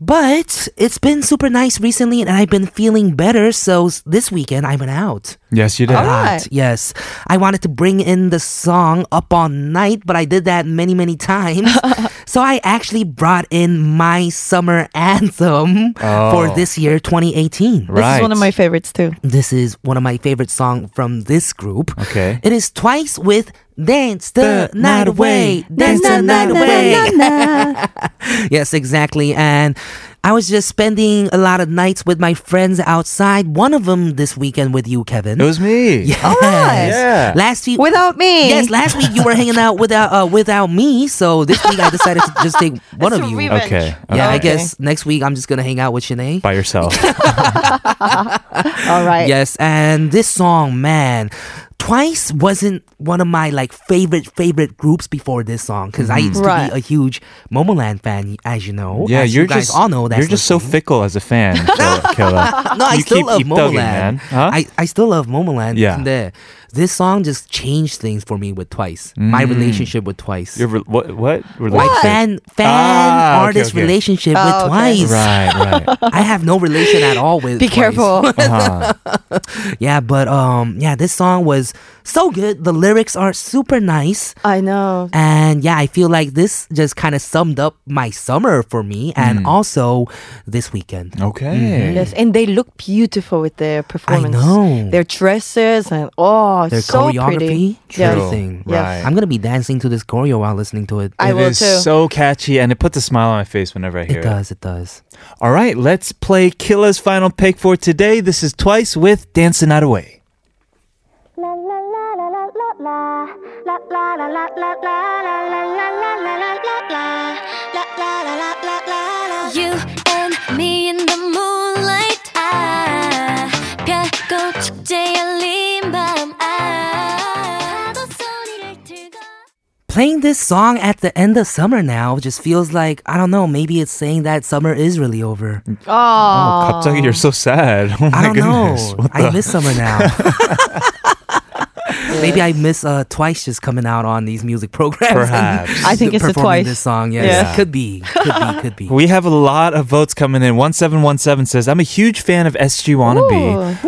Speaker 1: But it's been super nice recently, and I've been feeling better. So s- this weekend, I went out.
Speaker 2: Yes, you did.
Speaker 5: All right.
Speaker 1: Right, Yes. I wanted to bring in the song Up All Night, but I did that many, many times. so I actually brought in my summer anthem for
Speaker 2: Oh.
Speaker 1: this year, 2018.
Speaker 5: This
Speaker 2: Right.
Speaker 5: is one of my favorites too.
Speaker 1: This is one of my favorite songs from this group.
Speaker 2: Okay.
Speaker 1: It is twice with Dance the,
Speaker 2: The
Speaker 1: Night
Speaker 2: Night
Speaker 1: Away.
Speaker 2: Away.
Speaker 1: Dance the
Speaker 5: Na,
Speaker 1: Night
Speaker 5: na, na,
Speaker 1: Away.
Speaker 5: na, na.
Speaker 1: Yes, exactly. And I was just spending a lot of nights with my friends outside. One of them this weekend with you, Kevin.
Speaker 2: It was me.
Speaker 1: Yes.
Speaker 2: Oh, Yeah.
Speaker 1: Last week
Speaker 5: Without me.
Speaker 1: Yes, last week you were hanging out without uh, without me, so this week I decided to just take one
Speaker 5: It's
Speaker 1: of
Speaker 5: a
Speaker 1: you.
Speaker 5: revenge.
Speaker 2: Okay.
Speaker 1: Yeah, I
Speaker 5: Okay.
Speaker 1: guess next week I'm just gonna hang out with Shanae.
Speaker 2: By yourself.
Speaker 5: All right.
Speaker 1: Yes, and this song, man, Twice wasn't one of my like favorite favorite groups before this song because I used
Speaker 5: Right.
Speaker 1: to be a huge Momoland fan, as you know.
Speaker 2: yeah,
Speaker 1: as
Speaker 2: you're
Speaker 1: you guys
Speaker 2: just
Speaker 1: all know that.
Speaker 2: you're just so fickle as a fan, Killa- Killa.
Speaker 1: No, I
Speaker 2: You
Speaker 1: still
Speaker 2: keep-
Speaker 1: love
Speaker 2: keep thugging, man.
Speaker 1: Momoland.
Speaker 2: Huh?
Speaker 1: I, I still love Momoland.
Speaker 2: Yeah.
Speaker 1: 근데 This song just changed things for me with Twice. My
Speaker 2: Mm.
Speaker 1: relationship with Twice.
Speaker 2: Your re- what what
Speaker 1: my
Speaker 2: relationship?
Speaker 1: fan fan
Speaker 2: Ah, okay,
Speaker 1: artist
Speaker 2: okay.
Speaker 1: relationship with
Speaker 5: Oh, okay.
Speaker 1: Twice.
Speaker 2: Right, right.
Speaker 1: I have no relation at all with.
Speaker 5: Be
Speaker 1: Twice.
Speaker 5: careful.
Speaker 2: Uh-huh.
Speaker 1: Yeah, but um, yeah, this song was so good. The lyrics are super nice,
Speaker 5: I know.
Speaker 1: and yeah, I feel like this just kind of summed up my summer for me, and also this weekend. Mm-hmm.
Speaker 2: Okay.
Speaker 5: Yes, and they look beautiful with their performance.
Speaker 1: know.
Speaker 5: Their dresses and oh,
Speaker 1: Their
Speaker 5: so
Speaker 1: choreography,
Speaker 5: pretty.
Speaker 1: True. everything.
Speaker 5: Yes.
Speaker 2: Right.
Speaker 1: I'm gonna be dancing to this choreo while listening to it.
Speaker 2: It
Speaker 5: I
Speaker 2: is
Speaker 5: will too.
Speaker 2: so catchy and it puts a smile on my face whenever I hear
Speaker 1: It
Speaker 2: it.
Speaker 1: does. It does.
Speaker 2: All right, let's play Killa's final pick for today. This is Twice with Dance the Night Away.
Speaker 4: You and me in the moonlight 아 펴고 축제 열린 밤아 파도 소리를 들고
Speaker 1: Playing this song at the end of summer now just feels like I don't know. Maybe it's saying that summer is really over.
Speaker 5: Oh,
Speaker 2: Oh, 갑자기 you're so sad. Oh my
Speaker 1: I don't
Speaker 2: goodness.
Speaker 1: know.
Speaker 2: What
Speaker 1: I
Speaker 2: the-
Speaker 1: miss summer now. Maybe I miss uh, twice just coming out on these music programs. and
Speaker 2: Perhaps.
Speaker 5: I think it's a
Speaker 1: performing
Speaker 5: Twice.
Speaker 1: This song, yes,
Speaker 5: Yeah.
Speaker 1: could be, could be, could be.
Speaker 2: We have a lot of votes coming in. 1717 says, I'm a huge fan of SG Wannabe.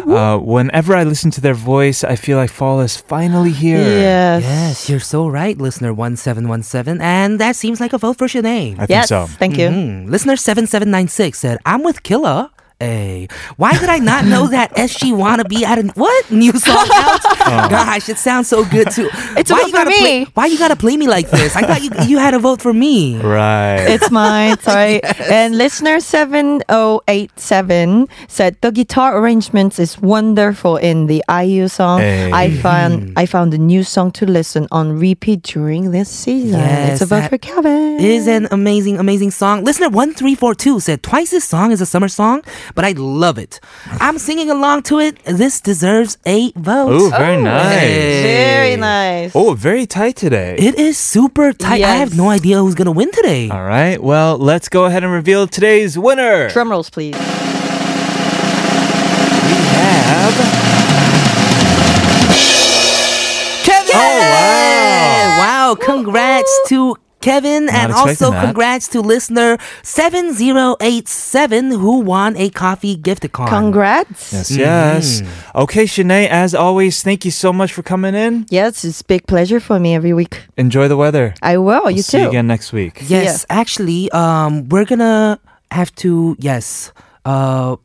Speaker 2: Uh, whenever I listen to their voice, I feel like fall is finally here.
Speaker 5: yes.
Speaker 1: Yes, you're so right, listener one seven one seven, and that seems like a vote for Hmm, Shanae.
Speaker 2: I think
Speaker 5: Yes,
Speaker 2: so.
Speaker 1: Mm-hmm.
Speaker 5: thank you.
Speaker 1: Mm, listener seven seven nine six said, "I'm with Killa." A. Why did I not know that SG Wanna Be had a what new song out?
Speaker 2: Oh.
Speaker 1: Gosh, it sounds so good too.
Speaker 5: It's a
Speaker 1: why
Speaker 5: vote
Speaker 1: you gotta
Speaker 5: for
Speaker 1: play-
Speaker 5: me.
Speaker 1: why you gotta play me like this? I thought you you had a vote for me.
Speaker 2: Right.
Speaker 5: It's mine, sorry. And listener 7087 said the guitar arrangements is wonderful in the IU song.
Speaker 2: Hey. Hmm.
Speaker 5: I found I found a new song to listen on repeat during this season.
Speaker 1: Yes,
Speaker 5: it's a vote
Speaker 1: that
Speaker 5: for Kevin.
Speaker 1: is an amazing, amazing song. Listener 1342 said, Twice this song is a summer song, but I love it. I'm singing along to it. This deserves a vote.
Speaker 2: Ooh, very nice.
Speaker 5: Very nice.
Speaker 2: Oh, very tight today.
Speaker 1: It is super tight. I have
Speaker 5: Yes.
Speaker 1: no idea who's going to win today.
Speaker 2: All right. Well, let's go ahead and reveal today's winner.
Speaker 5: Drum rolls, please.
Speaker 2: We have
Speaker 1: Kevin!
Speaker 2: wow.
Speaker 1: Oh, Wow, congrats to Kevin
Speaker 2: Not
Speaker 1: and
Speaker 2: expecting
Speaker 1: also
Speaker 2: that.
Speaker 1: congrats to listener 7087 who won a coffee gift card.
Speaker 5: Congrats.
Speaker 2: yes, yes. Okay, Shanae. As always, thank you so much for coming in.
Speaker 5: Yes, it's a big pleasure for me every week.
Speaker 2: Enjoy the weather.
Speaker 5: I will.
Speaker 2: We'll
Speaker 5: you
Speaker 2: see
Speaker 5: too.
Speaker 2: you again next week.
Speaker 1: Yes, actually, um, we're gonna have to, yes, uh,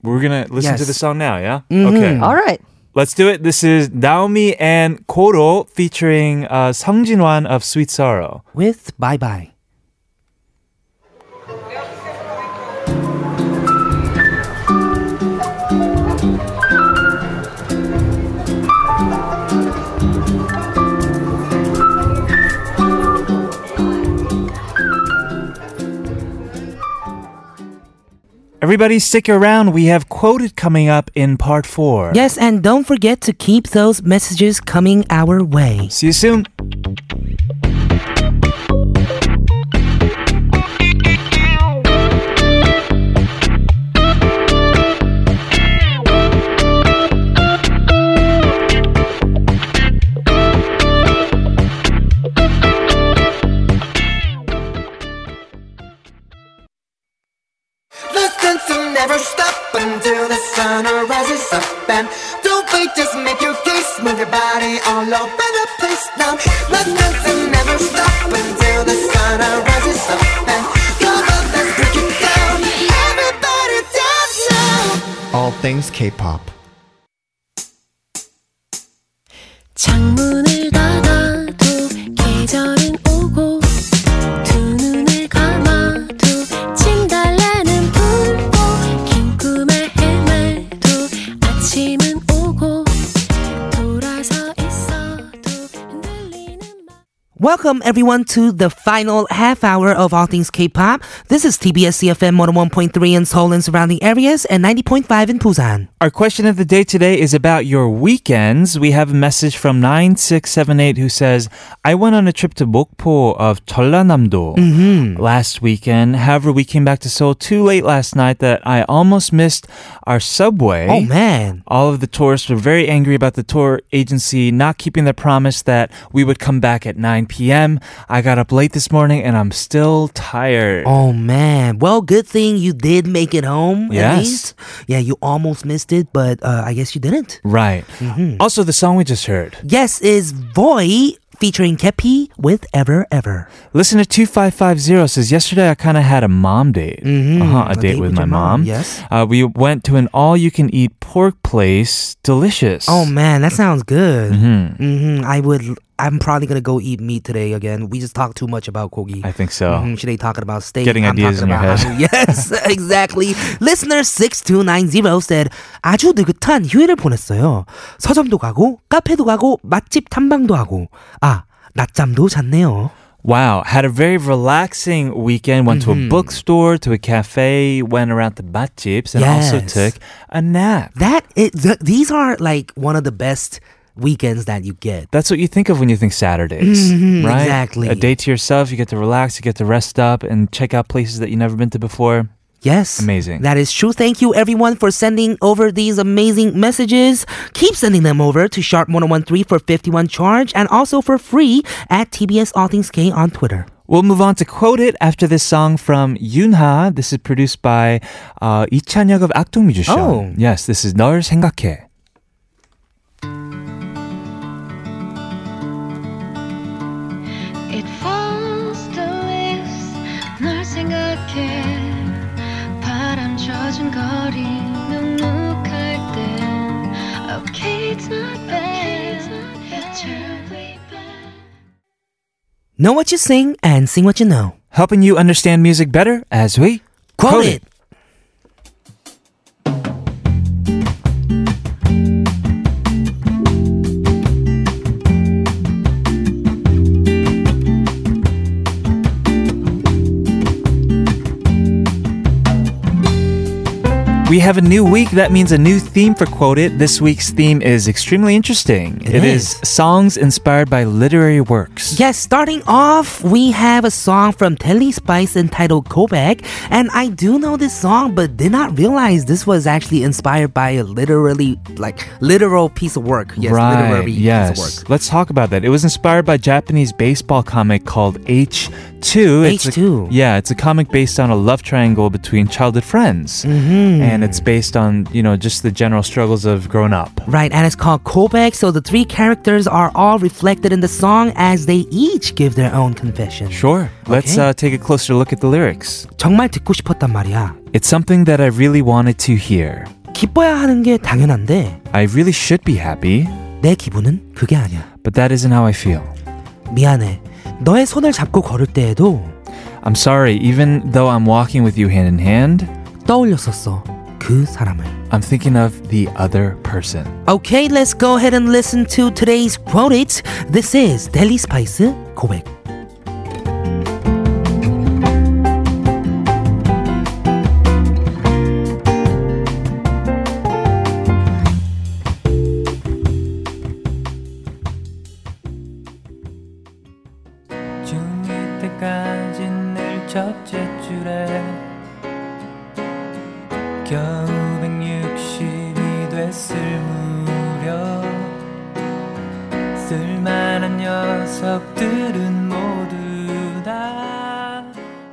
Speaker 2: We're gonna listen
Speaker 1: Yes.
Speaker 2: to the song now. Yeah.
Speaker 5: Mm-hmm.
Speaker 2: Okay.
Speaker 5: All right.
Speaker 2: Let's do it. This is Naomi and Koro featuring uh, Sung Jinwan of Sweet Sorrow.
Speaker 1: with bye bye.
Speaker 2: Everybody, stick around. We have quoted coming up in part four.
Speaker 1: Yes, and don't forget to keep those messages coming our way.
Speaker 2: See you soon.
Speaker 3: The sense will never stop until the sun rises up and don't wait, just make your case, move your body all over the place now. The sense will never stop until the sun rises up and come on, let's break it down. Everybody dance now.
Speaker 7: All things K-pop.
Speaker 4: 창문을 닫아도 계절은 오고 두 눈을 감아도 진달래는 불고 긴 꿈에 헤매도 아침은 오고 돌아서 있어도 흔들리는 마
Speaker 1: Welcome everyone to the final half hour of All Things K-pop. This is TBS CFM 101.3 in Seoul and surrounding areas and 90.5 in Busan.
Speaker 2: Our question of the day today is about your weekends. We have a message from 9678 who says, I went on a trip to Mokpo of Jeollanam-do
Speaker 1: Mm-hmm.
Speaker 2: last weekend. However, we came back to Seoul too late last night that I almost missed our subway.
Speaker 1: Oh man.
Speaker 2: All of the tourists were very angry about the tour agency not keeping their promise that we would come back at 9 p.m. I got up late this morning and I'm still tired.
Speaker 1: Oh man. Well, good thing you did make it home at
Speaker 2: Yes.
Speaker 1: least. Yeah, you almost missed it, but uh, I guess you didn't.
Speaker 2: Right.
Speaker 1: Mm-hmm.
Speaker 2: Also, the song we just heard.
Speaker 1: Yes is Voy featuring Kepi with Ever Ever.
Speaker 2: Listener 2550 says, Yesterday I kind of had a mom date.
Speaker 1: Mm-hmm.
Speaker 2: Uh-huh, a, date, with, my
Speaker 1: your
Speaker 2: mom.
Speaker 1: mom, yes.
Speaker 2: Uh, we went to an all you can eat pork place. Delicious.
Speaker 1: Oh man, that sounds good. Mm-hmm. I would. I'm probably gonna go eat meat today again. We just talked too much about kogi.
Speaker 2: I think so.
Speaker 1: Mhm, Should they talking about steak?
Speaker 2: Getting
Speaker 1: I'm
Speaker 2: ideas
Speaker 1: talking
Speaker 2: in your
Speaker 1: about
Speaker 2: head.
Speaker 1: Hanu. yes, exactly. Listener 6290 said 아주 느긋한 휴일을 보냈어요. 서점도 가고 카페도 가고 맛집 탐방도 하고 아 낮잠도 잤네요.
Speaker 2: Wow. Had a very relaxing weekend. Went to
Speaker 1: Mm-hmm.
Speaker 2: a bookstore, to a cafe, went around to Batjips, and also
Speaker 1: Yes.
Speaker 2: took a nap.
Speaker 1: That is, th- these are like one of the best weekends that you get.
Speaker 2: That's what you think of when you think Saturdays, right?
Speaker 1: Mm-hmm, exactly.
Speaker 2: A day to yourself. You get to relax, you get to rest up, and check out places that you've never been to before.
Speaker 1: Yes.
Speaker 2: Amazing.
Speaker 1: That is true. Thank you everyone for sending over these amazing messages. Keep sending them over to Sharp1013 for 51 charge and also for free at TBS All Things K on Twitter.
Speaker 2: We'll move on to quote it after this song from Yunha. This is produced by uh, 이찬혁 of Actung Musician.
Speaker 1: Oh.
Speaker 2: Yes, this is 널 생각해.
Speaker 4: It falls to leaves 널 생각해 바람 젖은 그
Speaker 1: Know what you sing and sing what you know.
Speaker 2: helping you understand music better as we
Speaker 1: Quote, it.
Speaker 2: We have a new week. That means a new theme for Quote It. This week's theme is extremely interesting.
Speaker 1: It
Speaker 2: it is. songs inspired by literary works.
Speaker 1: Yes, starting off, we have a song from Telly Spice entitled Kobek. And I do know this song, but did not realize this was actually inspired by a literally, like, literal piece of work. Yes,
Speaker 2: right.
Speaker 1: literary
Speaker 2: yes.
Speaker 1: piece of work.
Speaker 2: Let's talk about that. It was inspired by Japanese baseball comic called H2. It's a-
Speaker 1: H2.
Speaker 2: yeah, it's a comic based on a love triangle between childhood friends. Mm-hmm. And it's based on, you know, just the general struggles of growing up.
Speaker 1: Right, and it's called Kobek, so the three characters are all reflected in the song as they each give their own confession.
Speaker 2: Sure. Let's
Speaker 1: Okay.
Speaker 2: uh, take a closer look at the lyrics.
Speaker 1: 정말 듣고 싶었단 말이야.
Speaker 2: It's something that I really wanted to hear.
Speaker 1: 기뻐야 하는 게 당연한데
Speaker 2: I really should be happy,
Speaker 1: 내 기분은 그게 아니야.
Speaker 2: but that isn't how I feel.
Speaker 1: 미안해. 너의 손을 잡고 걸을 때에도
Speaker 2: I'm sorry, even though I'm walking with you hand in hand,
Speaker 1: 떠올렸었어. 그 사람을.
Speaker 2: I'm thinking of the other person.
Speaker 1: Okay, let's go ahead and listen to today's quote it. This is Deli Spice 고백.
Speaker 8: 중일 때까지 늘 첫째 줄에 겨우 160이 됐을 무렵 쓸만한 녀석들은 모두 다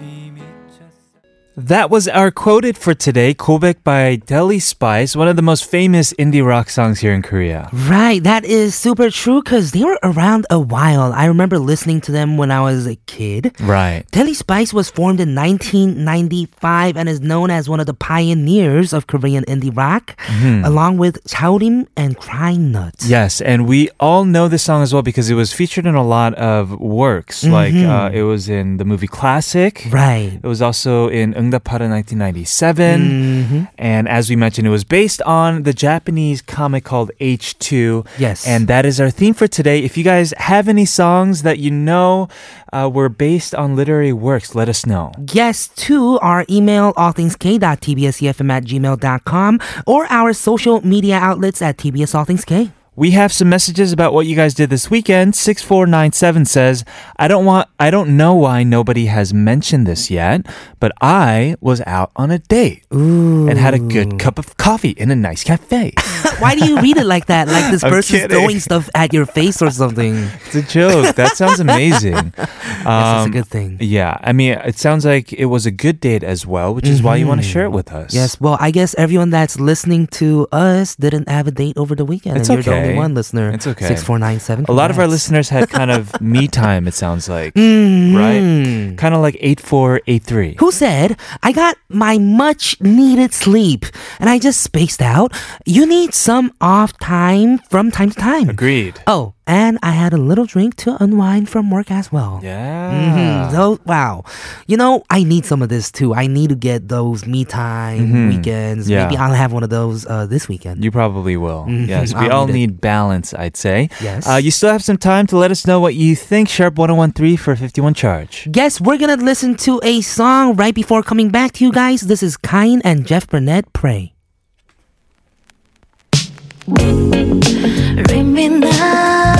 Speaker 8: 이미 쳤어
Speaker 2: That was our quoted for today, Kobek by Deli Spice, one of the most famous indie rock songs here in Korea.
Speaker 1: Right, that is super true because they were around a while. I remember listening to them when I was a kid.
Speaker 2: Right.
Speaker 1: Telly Spice was formed in 1995 and is known as one of the pioneers of Korean indie rock,
Speaker 2: Mm-hmm.
Speaker 1: along with Chaorim and Crying Nuts.
Speaker 2: Yes, and we all know this song as well because it was featured in a lot of works. Like uh, it was in the movie Classic.
Speaker 1: Mm-hmm. Right.
Speaker 2: It was also in
Speaker 1: Mm-hmm.
Speaker 2: 응답하라 1997. And as we mentioned, it was based on the Japanese comic called H2.
Speaker 1: Yes.
Speaker 2: And that is our theme for today. If you guys have any songs that you know uh, were based on literary works, let us know.
Speaker 1: Yes, to our email, allthingsk.tbscfm E at gmail.com, or our social media outlets at TBS All Things K.
Speaker 2: We have some messages about what you guys did this weekend. 6497 says, I don't want I don't know why nobody has mentioned this yet, but I was out on a date and had a good cup of coffee in a nice cafe.
Speaker 1: Why do you read it like that? Like this
Speaker 2: I'm
Speaker 1: person's
Speaker 2: kidding.
Speaker 1: throwing stuff at your face or something.
Speaker 2: It's a joke. That sounds amazing.
Speaker 1: That's a
Speaker 2: Um,
Speaker 1: good thing.
Speaker 2: Yeah, I mean, it sounds like it was a good date as well, which is why you want to share it with us.
Speaker 1: Yes, well, I guess everyone that's listening to us didn't have a date over the weekend.
Speaker 2: It's
Speaker 1: and You're the
Speaker 2: okay.
Speaker 1: only one listener.
Speaker 2: It's okay.
Speaker 1: 6497.
Speaker 2: a lot of our
Speaker 1: congrats. Mm-hmm.
Speaker 2: listeners had kind of me time. It sounds like right, kind of like eight four eight three.
Speaker 1: Mm. who said, I got my much needed sleep and I just spaced out. You need some off time from time to time.
Speaker 2: Agreed.
Speaker 1: Oh, and I had a little drink to unwind from work as well.
Speaker 2: Yeah.
Speaker 1: Mhm. So wow, you know I need some of this too. I need to get those me time weekends.
Speaker 2: Mm-hmm. Yeah.
Speaker 1: Maybe I'll have one of those uh, this weekend.
Speaker 2: You probably will. Yes, we
Speaker 1: I'll
Speaker 2: all
Speaker 1: need
Speaker 2: Mm-hmm. need balance, I'd say.
Speaker 1: Yes.
Speaker 2: Uh, you still have some time to let us know what you think. Sharp 1013 for 51 charge.
Speaker 1: Yes, we're gonna listen to a song right before coming back to you guys. This is Kine and Jeff Burnett. Pray.
Speaker 4: Read me now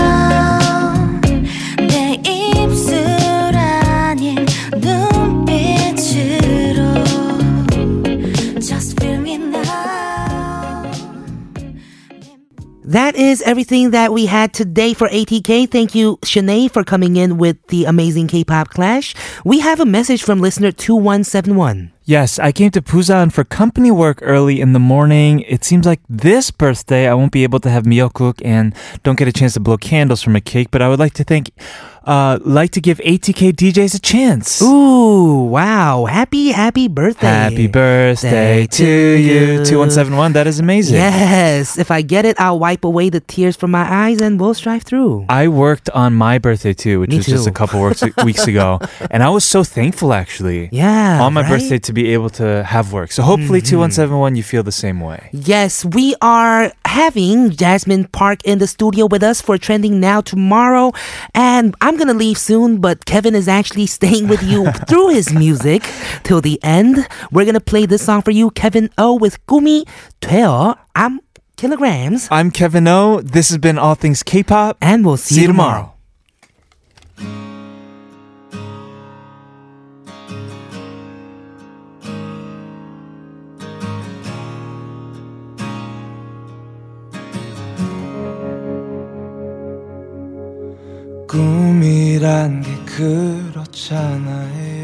Speaker 4: 내 입술 아닌 눈빛으로 Just feel me now
Speaker 1: That is everything that we had today for ATK. Thank you, Shanae, for coming in with the amazing K-pop clash. We have a message from listener two one seven one.
Speaker 2: Yes, I came to Busan for company work early in the morning. It seems like this birthday I won't be able to have miyokuk and don't get a chance to blow candles from a cake, but I would like to thank uh, like to give ATK DJs a chance.
Speaker 1: Ooh, wow. Happy, happy birthday.
Speaker 2: Happy birthday
Speaker 1: Day
Speaker 2: to
Speaker 1: you.
Speaker 2: you. 2171, that is amazing.
Speaker 1: Yes. If I get it, I'll wipe away the tears from my eyes and we'll strive through.
Speaker 2: I worked on my birthday too, which
Speaker 1: Me
Speaker 2: was just
Speaker 1: too.
Speaker 2: a couple works, weeks ago. And I was so thankful actually.
Speaker 1: Yeah,
Speaker 2: On my
Speaker 1: right? Mm-hmm.
Speaker 2: birthday to be able to have work. So hopefully 2171 you feel the same way.
Speaker 1: Yes, we are having Jasmine Park in the studio with us for Trending Now tomorrow. And I'm going to leave soon, but Kevin is actually staying with you through his music till the end. We're going to play this song for you, Kevin O with Gumi 되어 I'm Kilograms.
Speaker 2: I'm Kevin O. This has been All Things K-pop.
Speaker 1: And we'll see,
Speaker 2: See you tomorrow.
Speaker 8: 꿈이란 게 그렇잖아요.